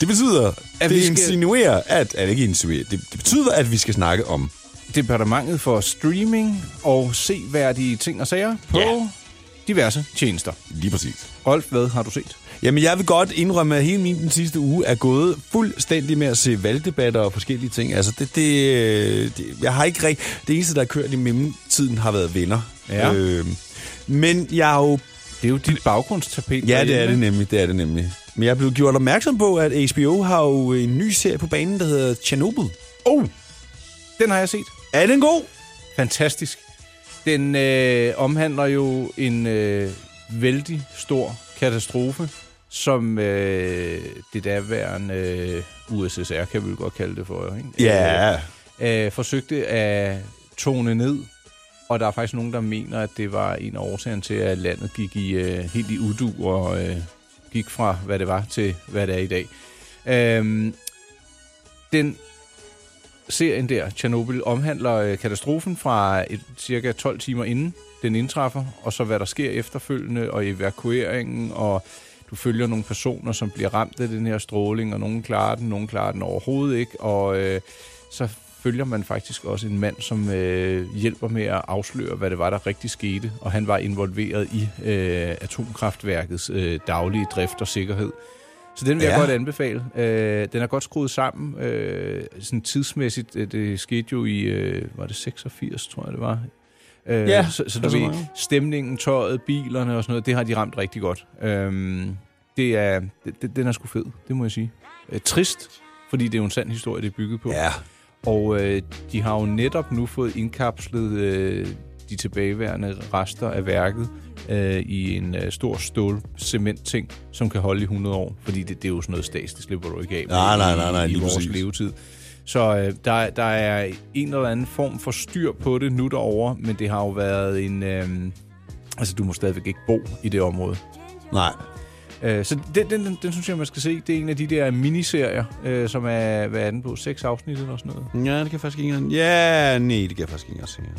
[SPEAKER 2] Det betyder, at det
[SPEAKER 4] vi
[SPEAKER 2] vi
[SPEAKER 4] skal-
[SPEAKER 2] insinuerer, at... Er det ikke insinuerer? Det, det betyder, at vi skal snakke om...
[SPEAKER 4] Departementet for Streaming og seværdige ting og sager på
[SPEAKER 2] Ja.
[SPEAKER 4] ja. diverse tjenester.
[SPEAKER 2] Lige præcis.
[SPEAKER 4] Rolf, hvad har du set?
[SPEAKER 2] Jamen, jeg vil godt indrømme, at hele min den sidste uge er gået fuldstændig med at se valgdebatter og forskellige ting. Altså, det, det, øh, det jeg har ikke rigtig... Det eneste, der har kørt i mellemtiden, har været venner.
[SPEAKER 4] Ja.
[SPEAKER 2] Øh, men jeg har jo
[SPEAKER 4] Det er jo dit baggrundstapet.
[SPEAKER 2] Ja,
[SPEAKER 4] derhjemme,
[SPEAKER 2] det er det
[SPEAKER 4] ikke?
[SPEAKER 2] nemlig, det er det nemlig. Men jeg er blevet gjort opmærksom på, at HBO har jo en ny serie på banen, der hedder Chernobyl.
[SPEAKER 4] Oh, den har jeg set.
[SPEAKER 2] Er den god?
[SPEAKER 4] Fantastisk. Den øh, omhandler jo en øh, vældig stor katastrofe, som øh, det daværende øh, USSR, kan vi vel godt kalde det for, ikke?
[SPEAKER 2] Ja.
[SPEAKER 4] øh, forsøgte at tone ned, og der er faktisk nogen, der mener, at det var en af årsagerne til, at landet gik i, øh, helt i udu og øh, gik fra, hvad det var, til hvad det er i dag. Øhm, den serien der, Tjernobyl, omhandler øh, katastrofen fra et, cirka 12 timer inden den indtræffer, og så hvad der sker efterfølgende, og evakueringen, og du følger nogle personer, som bliver ramt af den her stråling, og nogen klarer den, nogen klarer den overhovedet ikke, og øh, så følger man faktisk også en mand, som øh, hjælper med at afsløre, hvad det var, der rigtig skete, og han var involveret i øh, atomkraftværkets øh, daglige drift og sikkerhed. Så den vil ja.
[SPEAKER 2] Ja.
[SPEAKER 4] jeg godt anbefale. Øh, den er godt skruet sammen. Øh, sådan tidsmæssigt, øh, det skete jo i, øh, var det 86, tror jeg det var? Øh,
[SPEAKER 2] Ja,
[SPEAKER 4] så, så
[SPEAKER 2] det er
[SPEAKER 4] du
[SPEAKER 2] så
[SPEAKER 4] ved,
[SPEAKER 2] meget.
[SPEAKER 4] stemningen, tøjet, bilerne og sådan noget, det har de ramt rigtig godt. Øh, det er, det- det, den er sgu fed, det må jeg sige. Øh, trist, fordi det er jo en sand historie, det er bygget på.
[SPEAKER 2] Ja.
[SPEAKER 4] Og øh, de har jo netop nu fået indkapslet øh, de tilbageværende rester af værket øh, i en øh, stor stål cementting, som kan holde i 100 år. Fordi det, det er jo sådan noget stats, det slipper du ikke af med
[SPEAKER 2] Nej, nej, nej,
[SPEAKER 4] i-
[SPEAKER 2] nej,
[SPEAKER 4] i
[SPEAKER 2] lige
[SPEAKER 4] vores
[SPEAKER 2] præcis.
[SPEAKER 4] levetid. Så øh, der, der er en eller anden form for styr på det nu derovre, men det har jo været en... Øh, altså, du må stadigvæk ikke bo i det område.
[SPEAKER 2] Nej.
[SPEAKER 4] Øh, så den, den, den, den synes jeg, man skal se. Det er en af de der miniserier, øh, som er, hvad er den på, seks afsnit eller sådan noget.
[SPEAKER 2] Ja, det kan jeg faktisk ikke engang... Ja, nej, det kan jeg faktisk ikke engang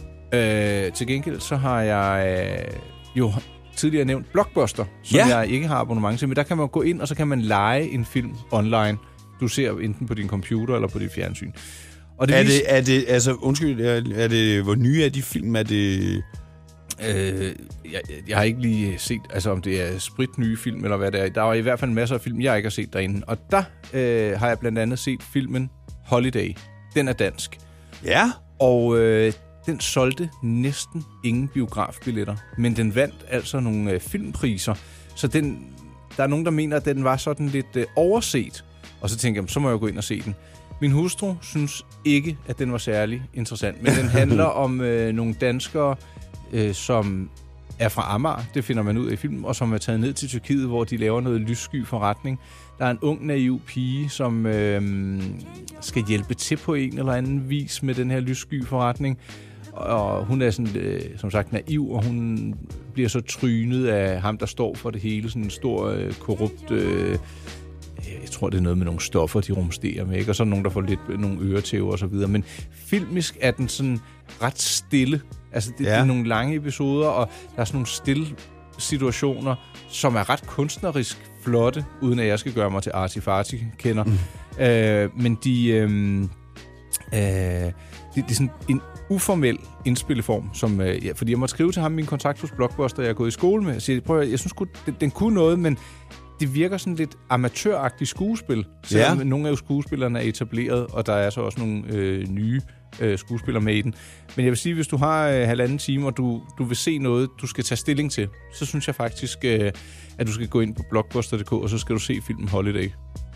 [SPEAKER 2] se.
[SPEAKER 4] Øh, til gengæld så har jeg øh, jo tidligere nævnt Blockbuster, som
[SPEAKER 2] Ja.
[SPEAKER 4] ja. jeg ikke har abonnement til, men der kan man gå ind, og så kan man lege en film online. Du ser enten på din computer eller på dit fjernsyn. Og
[SPEAKER 2] er,
[SPEAKER 4] vis-
[SPEAKER 2] det, er det, altså, undskyld, er, er det, hvor nye er de film? Er det...
[SPEAKER 4] Øh, jeg, jeg har ikke lige set, altså om det er sprit nye film, eller hvad det er. Der er i hvert fald masser af film, jeg ikke har set derinde. Og der øh, har jeg blandt andet set filmen Holiday. Den er dansk.
[SPEAKER 2] Ja.
[SPEAKER 4] Og øh, den solgte næsten ingen biografbilletter. Men den vandt altså nogle øh, filmpriser. Så den, der er nogen, der mener, at den var sådan lidt øh, overset. Og så tænker jeg, så må jeg gå ind og se den. Min hustru synes ikke, at den var særlig interessant. Men den handler om øh, nogle danskere, øh, som er fra Amager, det finder man ud af i filmen, og som er taget ned til Tyrkiet, hvor de laver noget lyssky forretning. Der er en ung, naiv pige, som øh, skal hjælpe til på en eller anden vis med den her lyssky forretning. Og hun er sådan, øh, som sagt naiv, og hun bliver så trynet af ham, der står for det hele. Sådan en stor, øh, korrupt... Øh, jeg tror, det er noget med nogle stoffer, de rumsterer med, ikke? Og så er der nogen, der får lidt øh, nogle øretæver og så videre. Men filmisk er den sådan ret stille. Altså, det, ja. det
[SPEAKER 2] Ja.
[SPEAKER 4] er nogle lange episoder, og der er sådan nogle stille situationer, som er ret kunstnerisk flotte, uden at jeg skal gøre mig til artifarti-kender. Mm. Øh, men de... Øh, Øh, det, det er sådan en uformel indspilleform, som, øh, ja, fordi jeg måtte skrive til ham min kontakt hos Blockbuster, jeg er gået i skole med, og siger, prøv at, høre, jeg synes sgu, den, den kunne noget, men det virker sådan lidt amatøragtigt skuespil, selvom
[SPEAKER 2] Ja.
[SPEAKER 4] ja. nogle af jo skuespillerne er etableret, og der er så også nogle øh, nye øh, skuespillere med i den. Men jeg vil sige, hvis du har øh, halvanden time, og du, du vil se noget, du skal tage stilling til, så synes jeg faktisk, øh, at du skal gå ind på blockbuster.dk, og så skal du se filmen Holiday.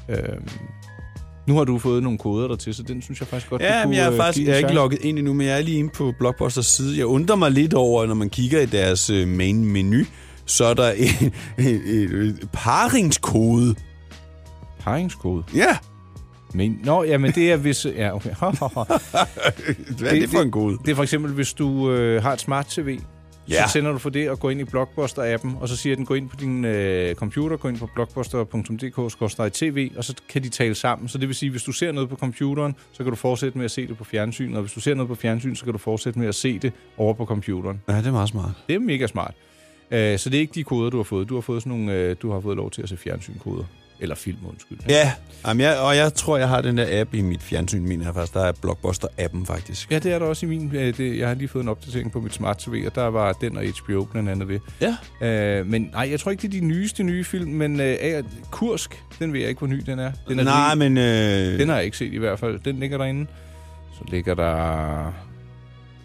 [SPEAKER 4] Øh, nu har du fået nogle koder dertil, så den synes jeg faktisk godt,
[SPEAKER 2] Ja,
[SPEAKER 4] du
[SPEAKER 2] men
[SPEAKER 4] kunne
[SPEAKER 2] jeg er
[SPEAKER 4] øh, give
[SPEAKER 2] faktisk
[SPEAKER 4] en
[SPEAKER 2] jeg er ikke
[SPEAKER 4] chance.
[SPEAKER 2] logget ind endnu, men jeg er lige inde på Blockbusters side. Jeg undrer mig lidt over, når man kigger i deres øh, main menu, så er der en, en, en, en paringskode.
[SPEAKER 4] Paringskode?
[SPEAKER 2] Ja.
[SPEAKER 4] Men, nå, ja, men det er hvis... Ja, okay.
[SPEAKER 2] Hvad er det for en kode?
[SPEAKER 4] Det, det er for eksempel, hvis du øh, har et smart-tv,
[SPEAKER 2] Ja.
[SPEAKER 4] ja. så sender du for det og går ind i Blockbuster-appen, og så siger den, gå ind på din øh, computer, gå ind på blockbuster.dk-tv, og så kan de tale sammen. Så det vil sige, hvis du ser noget på computeren, så kan du fortsætte med at se det på fjernsynet, og hvis du ser noget på fjernsynet, så kan du fortsætte med at se det over på computeren.
[SPEAKER 2] Ja, det er meget smart.
[SPEAKER 4] Det er mega smart. Øh, så det er ikke de koder, du har fået. Du har fået sådan nogle, øh, du har fået lov til at se fjernsynkoder. Eller film, undskyld.
[SPEAKER 2] Ja, Jamen, jeg, og jeg tror, jeg har den der app i mit fjernsyn, mener jeg faktisk. Der er Blockbuster-appen faktisk.
[SPEAKER 4] Ja, det er der også i min... øh, Det, jeg har lige fået en opdatering på mit smart TV, og der var den og HBO blandt andet ved. Ja. Øh, men nej, jeg tror ikke, det er de nyeste nye film, men øh, af- Kursk, den ved jeg ikke, hvor ny den er. Den er
[SPEAKER 2] Nej, men... Øh,
[SPEAKER 4] Den har jeg ikke set i hvert fald. Den ligger derinde. Så ligger der...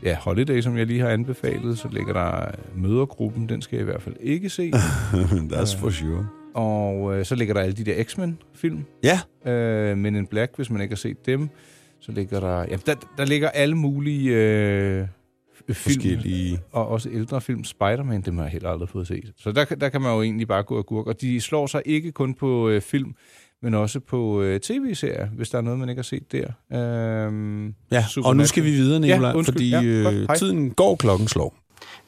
[SPEAKER 4] Ja, Holiday, som jeg lige har anbefalet. Så ligger der Mødergruppen. Den skal jeg i hvert fald ikke se.
[SPEAKER 2] That's for sure.
[SPEAKER 4] Og øh, så ligger der alle de der X-Men-film.
[SPEAKER 2] Ja.
[SPEAKER 4] Øh, Men in Black, hvis man ikke har set dem. Så ligger der... Ja, der, der ligger alle mulige øh, f- film.
[SPEAKER 2] Forskellige.
[SPEAKER 4] Og også ældre film. Spider-Man, dem har jeg heller aldrig fået set. Så der, kan- der kan man jo egentlig bare gå og gurke. Og de slår sig ikke kun på øh, film, men også på øh, tv-serier, hvis der er noget, man ikke har set der. Øh,
[SPEAKER 2] Ja, og nu skal vi videre, Nicolaj, ja,
[SPEAKER 4] undskyld.
[SPEAKER 2] fordi ja, øh,
[SPEAKER 4] Hej.
[SPEAKER 2] tiden går, klokken slår.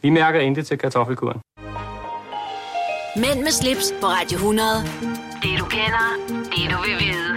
[SPEAKER 3] Vi mærker intet til kartoffelkuren.
[SPEAKER 1] Mænd med slips på Radio 100. Det du kender, det du vil vide.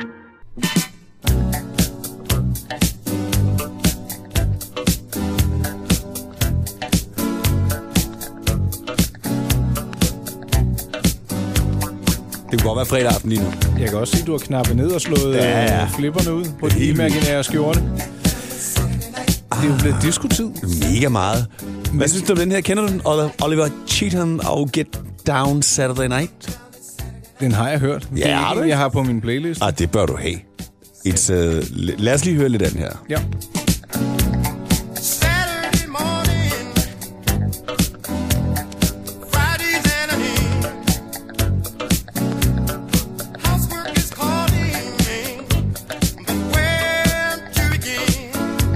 [SPEAKER 2] Det kunne godt være fredag aften lige nu.
[SPEAKER 4] Jeg kan også se, at du har knappet ned og slået
[SPEAKER 2] Ja,
[SPEAKER 4] ja,
[SPEAKER 2] ja.
[SPEAKER 4] ja. flipperne ud på den imaginære skjorte. Det er jo blevet diskotid.
[SPEAKER 2] Mega meget. Hvad synes du om den her? Kender du den? Oliver Cheatham og Get Down Saturday Night?
[SPEAKER 4] Den har jeg hørt. Det
[SPEAKER 2] Ja,
[SPEAKER 4] er
[SPEAKER 2] har
[SPEAKER 4] en,
[SPEAKER 2] du ikke?
[SPEAKER 4] jeg har på min playlist.
[SPEAKER 2] Ah, det bør du have. It's, uh, lad os lige høre lidt af den her.
[SPEAKER 4] Ja.
[SPEAKER 13] Saturday morning, Friday's enemy. Housework is calling me, but where to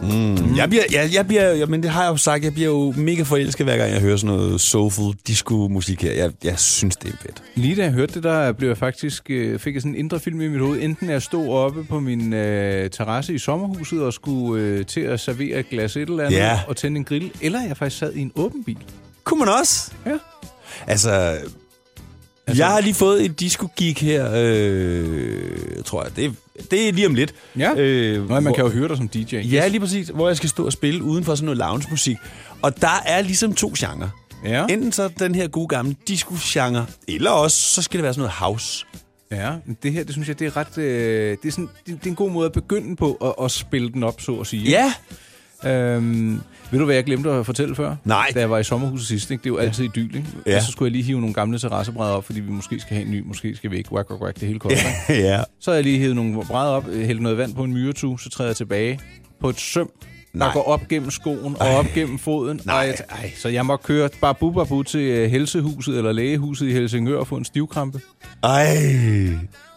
[SPEAKER 13] begin?
[SPEAKER 2] Mm, mm. Jeg bliver, jeg, jeg bliver, jeg, men det har jeg jo sagt, jeg bliver jo mega forelsket, hver gang jeg hører sådan noget soulful disco-musik her. Jeg, jeg synes, det er fedt.
[SPEAKER 4] Lige da jeg hørte det, der blev jeg faktisk, øh, fik jeg sådan en indre film i mit hoved. Enten jeg stod oppe på min øh, terrasse i sommerhuset og skulle øh, til at servere et glas et eller andet
[SPEAKER 2] Ja.
[SPEAKER 4] og tænde en grill, eller jeg faktisk sad i en åben bil.
[SPEAKER 2] Kunne man også?
[SPEAKER 4] Ja. Altså-
[SPEAKER 2] Altså, jeg har lige fået et disco-geek her, øh, tror jeg. Det, det er lige om lidt.
[SPEAKER 4] Ja.
[SPEAKER 2] Øh,
[SPEAKER 4] Nå, man kan jo
[SPEAKER 2] hvor-
[SPEAKER 4] høre dig som DJ.
[SPEAKER 2] Ja, lige præcis. Hvor jeg skal stå og spille uden for sådan noget lounge-musik. Og der er ligesom to genrer.
[SPEAKER 4] Ja.
[SPEAKER 2] Enten så den her gode gamle disco-genre, eller også så skal det være sådan noget house.
[SPEAKER 4] Ja, men det her, det synes jeg, det er ret... Øh, det, er sådan, det, det er en god måde at begynde den på at, at spille den op, så at sige.
[SPEAKER 2] Ja.
[SPEAKER 4] Øhm, ved du, hvad jeg glemte at fortælle før?
[SPEAKER 2] Nej.
[SPEAKER 4] Da jeg var i sommerhuset sidst, ikke? det er jo altid idyll, ikke?
[SPEAKER 2] Ja.
[SPEAKER 4] Og så skulle jeg lige hive nogle gamle terrassebrædder op, fordi vi måske skal have en ny, måske skal vi ikke. Whack, whack, whack, det hele koster. ikke?
[SPEAKER 2] ja.
[SPEAKER 4] Så har jeg lige hævet nogle brædder op, øh, hældt noget vand på en myretue, så træder jeg tilbage på et søm,
[SPEAKER 2] Nej.
[SPEAKER 4] der går op gennem skoen og
[SPEAKER 2] Ej.
[SPEAKER 4] op gennem foden.
[SPEAKER 2] Nej.
[SPEAKER 4] Og jeg, t- ej, så jeg må køre babu babu til øh, helsehuset eller lægehuset i Helsingør og få en stivkrampe.
[SPEAKER 2] Ej.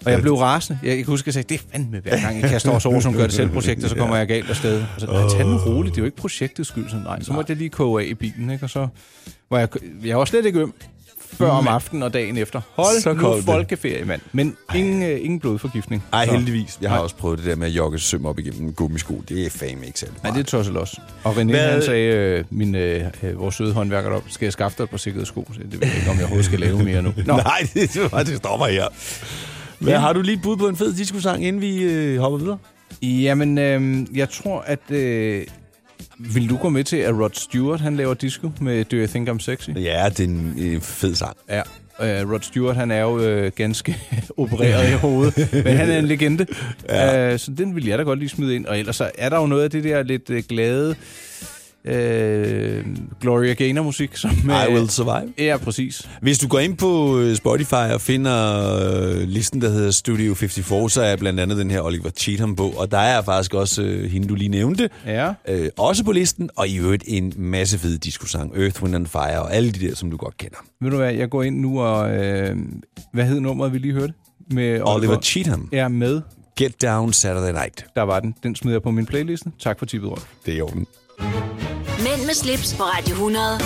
[SPEAKER 4] Og jeg blev rasende. Jeg, jeg kan huske, at jeg sagde, det er fandme hver gang, jeg kaster os over som gør det selv projekter, så kommer jeg galt afsted. Og så, nej, tag den roligt, det er jo ikke projektets skyld. Så, nej, så måtte jeg lige koge af i bilen, ikke? Og så var jeg, jeg var slet ikke øm før om aftenen og dagen efter. Hold
[SPEAKER 2] Mm. Så
[SPEAKER 4] så
[SPEAKER 2] kom
[SPEAKER 4] nu
[SPEAKER 2] det.
[SPEAKER 4] folkeferie, mand. Men ingen, øh, ingen blodforgiftning.
[SPEAKER 2] Ej,
[SPEAKER 4] Så-
[SPEAKER 2] heldigvis. Jeg har
[SPEAKER 4] Nej.
[SPEAKER 2] også prøvet det der med at jogge søm op igennem en gummisko. Det er fame ikke særlig
[SPEAKER 4] Nej, det er tosset også. Og René,
[SPEAKER 2] Hvad-
[SPEAKER 4] Hvad? han sagde, øh, min, øh, øh, vores søde håndværker op, skal jeg skaffe dig et par sikrede sko? Så Det ved jeg ikke, om jeg overhovedet skal lave mere nu.
[SPEAKER 2] Nå. Nej, det, det stopper her. Hvad,
[SPEAKER 4] Ja.
[SPEAKER 2] har du lige et bud på en fed disco-sang, inden vi øh, hopper videre?
[SPEAKER 4] Jamen, øh, jeg tror, at... Øh, vil du gå med til, at Rod Stewart, han laver disco med Do You Think I'm Sexy?
[SPEAKER 2] Ja, det er en, en fed sang.
[SPEAKER 4] Ja. Uh, Rod Stewart, han er jo øh, ganske opereret i hovedet, men han er en legende. Ja. Uh, så den vil jeg da godt lige smide ind. Og ellers så er der jo noget af det der lidt øh, glade øh, Gloria Gaynor-musik. Som, øh,
[SPEAKER 2] I Will Survive.
[SPEAKER 4] Ja, præcis.
[SPEAKER 2] Hvis du går ind på øh, Spotify og finder øh, listen, der hedder Studio 54, så er blandt andet den her Oliver Cheatham på, og der er faktisk også øh, hende, du lige nævnte,
[SPEAKER 4] Ja.
[SPEAKER 2] øh, også på listen, og i øvrigt en masse fede disco-sang, Earth, Wind and Fire og alle de der, som du godt kender.
[SPEAKER 4] Ved du hvad, jeg går ind nu og... Øh, hvad hed nummeret, vi lige hørte? Med
[SPEAKER 2] Oliver Cheatham.
[SPEAKER 4] Ja, med.
[SPEAKER 2] Get Down Saturday Night.
[SPEAKER 4] Der var den. Den smider jeg på min playliste. Tak for tippet, Rolf.
[SPEAKER 2] Det er i orden.
[SPEAKER 1] Mænd med slips på Radio 100. Det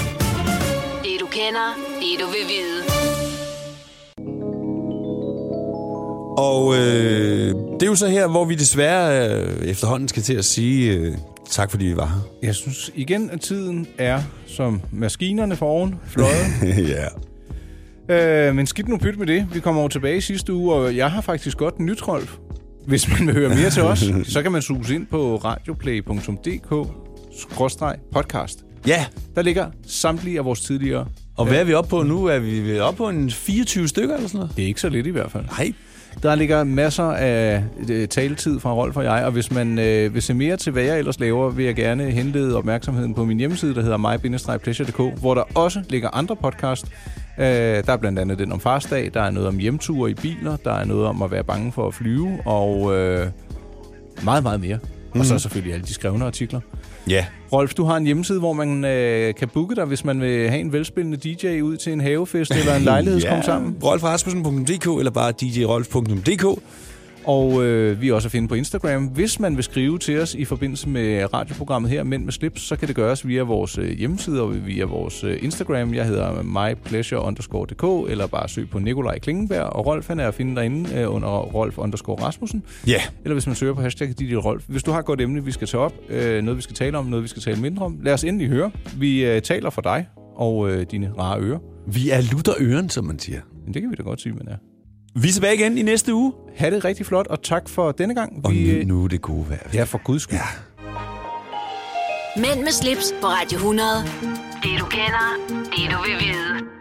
[SPEAKER 1] du kender, det du vil vide.
[SPEAKER 2] Og øh, det er jo så her, hvor vi desværre øh, efterhånden skal til at sige øh, tak, fordi vi var her.
[SPEAKER 4] Jeg synes igen, at tiden er som maskinerne foroven, fløjet.
[SPEAKER 2] ja.
[SPEAKER 4] øh, men skidt nu pyt med det. Vi kommer over tilbage i sidste uge, og jeg har faktisk godt nyt, Rolf. Hvis man vil høre mere til os, så kan man suge ind på radioplay.dk-podcast.
[SPEAKER 2] Ja.
[SPEAKER 4] Der ligger samtlige af vores tidligere.
[SPEAKER 2] Og hvad er vi oppe på nu? Er vi vi er oppe på en 24 stykker eller sådan noget?
[SPEAKER 4] Det er ikke så lidt i hvert fald.
[SPEAKER 2] Nej.
[SPEAKER 4] Der ligger masser af øh, taletid fra Rolf og jeg, og hvis man øh, vil se mere til, hvad jeg ellers laver, vil jeg gerne henlede opmærksomheden på min hjemmeside, der hedder my-pleasure.dk, hvor der også ligger andre podcast. Øh, der er blandt andet den om farsdag, der er noget om hjemture i biler, der er noget om at være bange for at flyve, og øh, meget, meget mere. Mm. Og så selvfølgelig alle de skrevne artikler.
[SPEAKER 2] Ja.
[SPEAKER 4] Rolf, du har en hjemmeside, hvor man øh, kan booke dig, hvis man vil have en velspillende DJ ud til en havefest eller en lejlighedskom sammen.
[SPEAKER 2] rolfrasmussen.dk eller bare djrolf.dk.
[SPEAKER 4] Og øh, vi er også at finde på Instagram. Hvis man vil skrive til os i forbindelse med radioprogrammet her, Mænd med slips, så kan det gøres via vores øh, hjemmeside og via vores øh, Instagram. Jeg hedder mypleasure_dk eller bare søg på Nikolaj Klingenberg. Og Rolf han er at finde derinde øh, under Rolf underscore Rasmussen.
[SPEAKER 2] Ja.
[SPEAKER 4] Eller hvis man søger på hashtag Didi Rolf. Hvis du har et godt emne, vi skal tage op, øh, noget vi skal tale om, noget vi skal tale mindre om, lad os endelig høre. Vi øh, taler for dig og øh, dine rare ører.
[SPEAKER 2] Vi er lutter øren, som man siger.
[SPEAKER 4] Men det kan vi da godt sige, man er.
[SPEAKER 2] Vi er tilbage igen i næste uge. øh,
[SPEAKER 4] Ha' det rigtig flot, og tak for denne gang.
[SPEAKER 2] Og
[SPEAKER 4] Vi, øh,
[SPEAKER 2] nyd nu det gode vejr.
[SPEAKER 4] Ja, for guds skyld. Ja.
[SPEAKER 1] Mænd med slips på Radio 100. Det du kender, det du vil vide.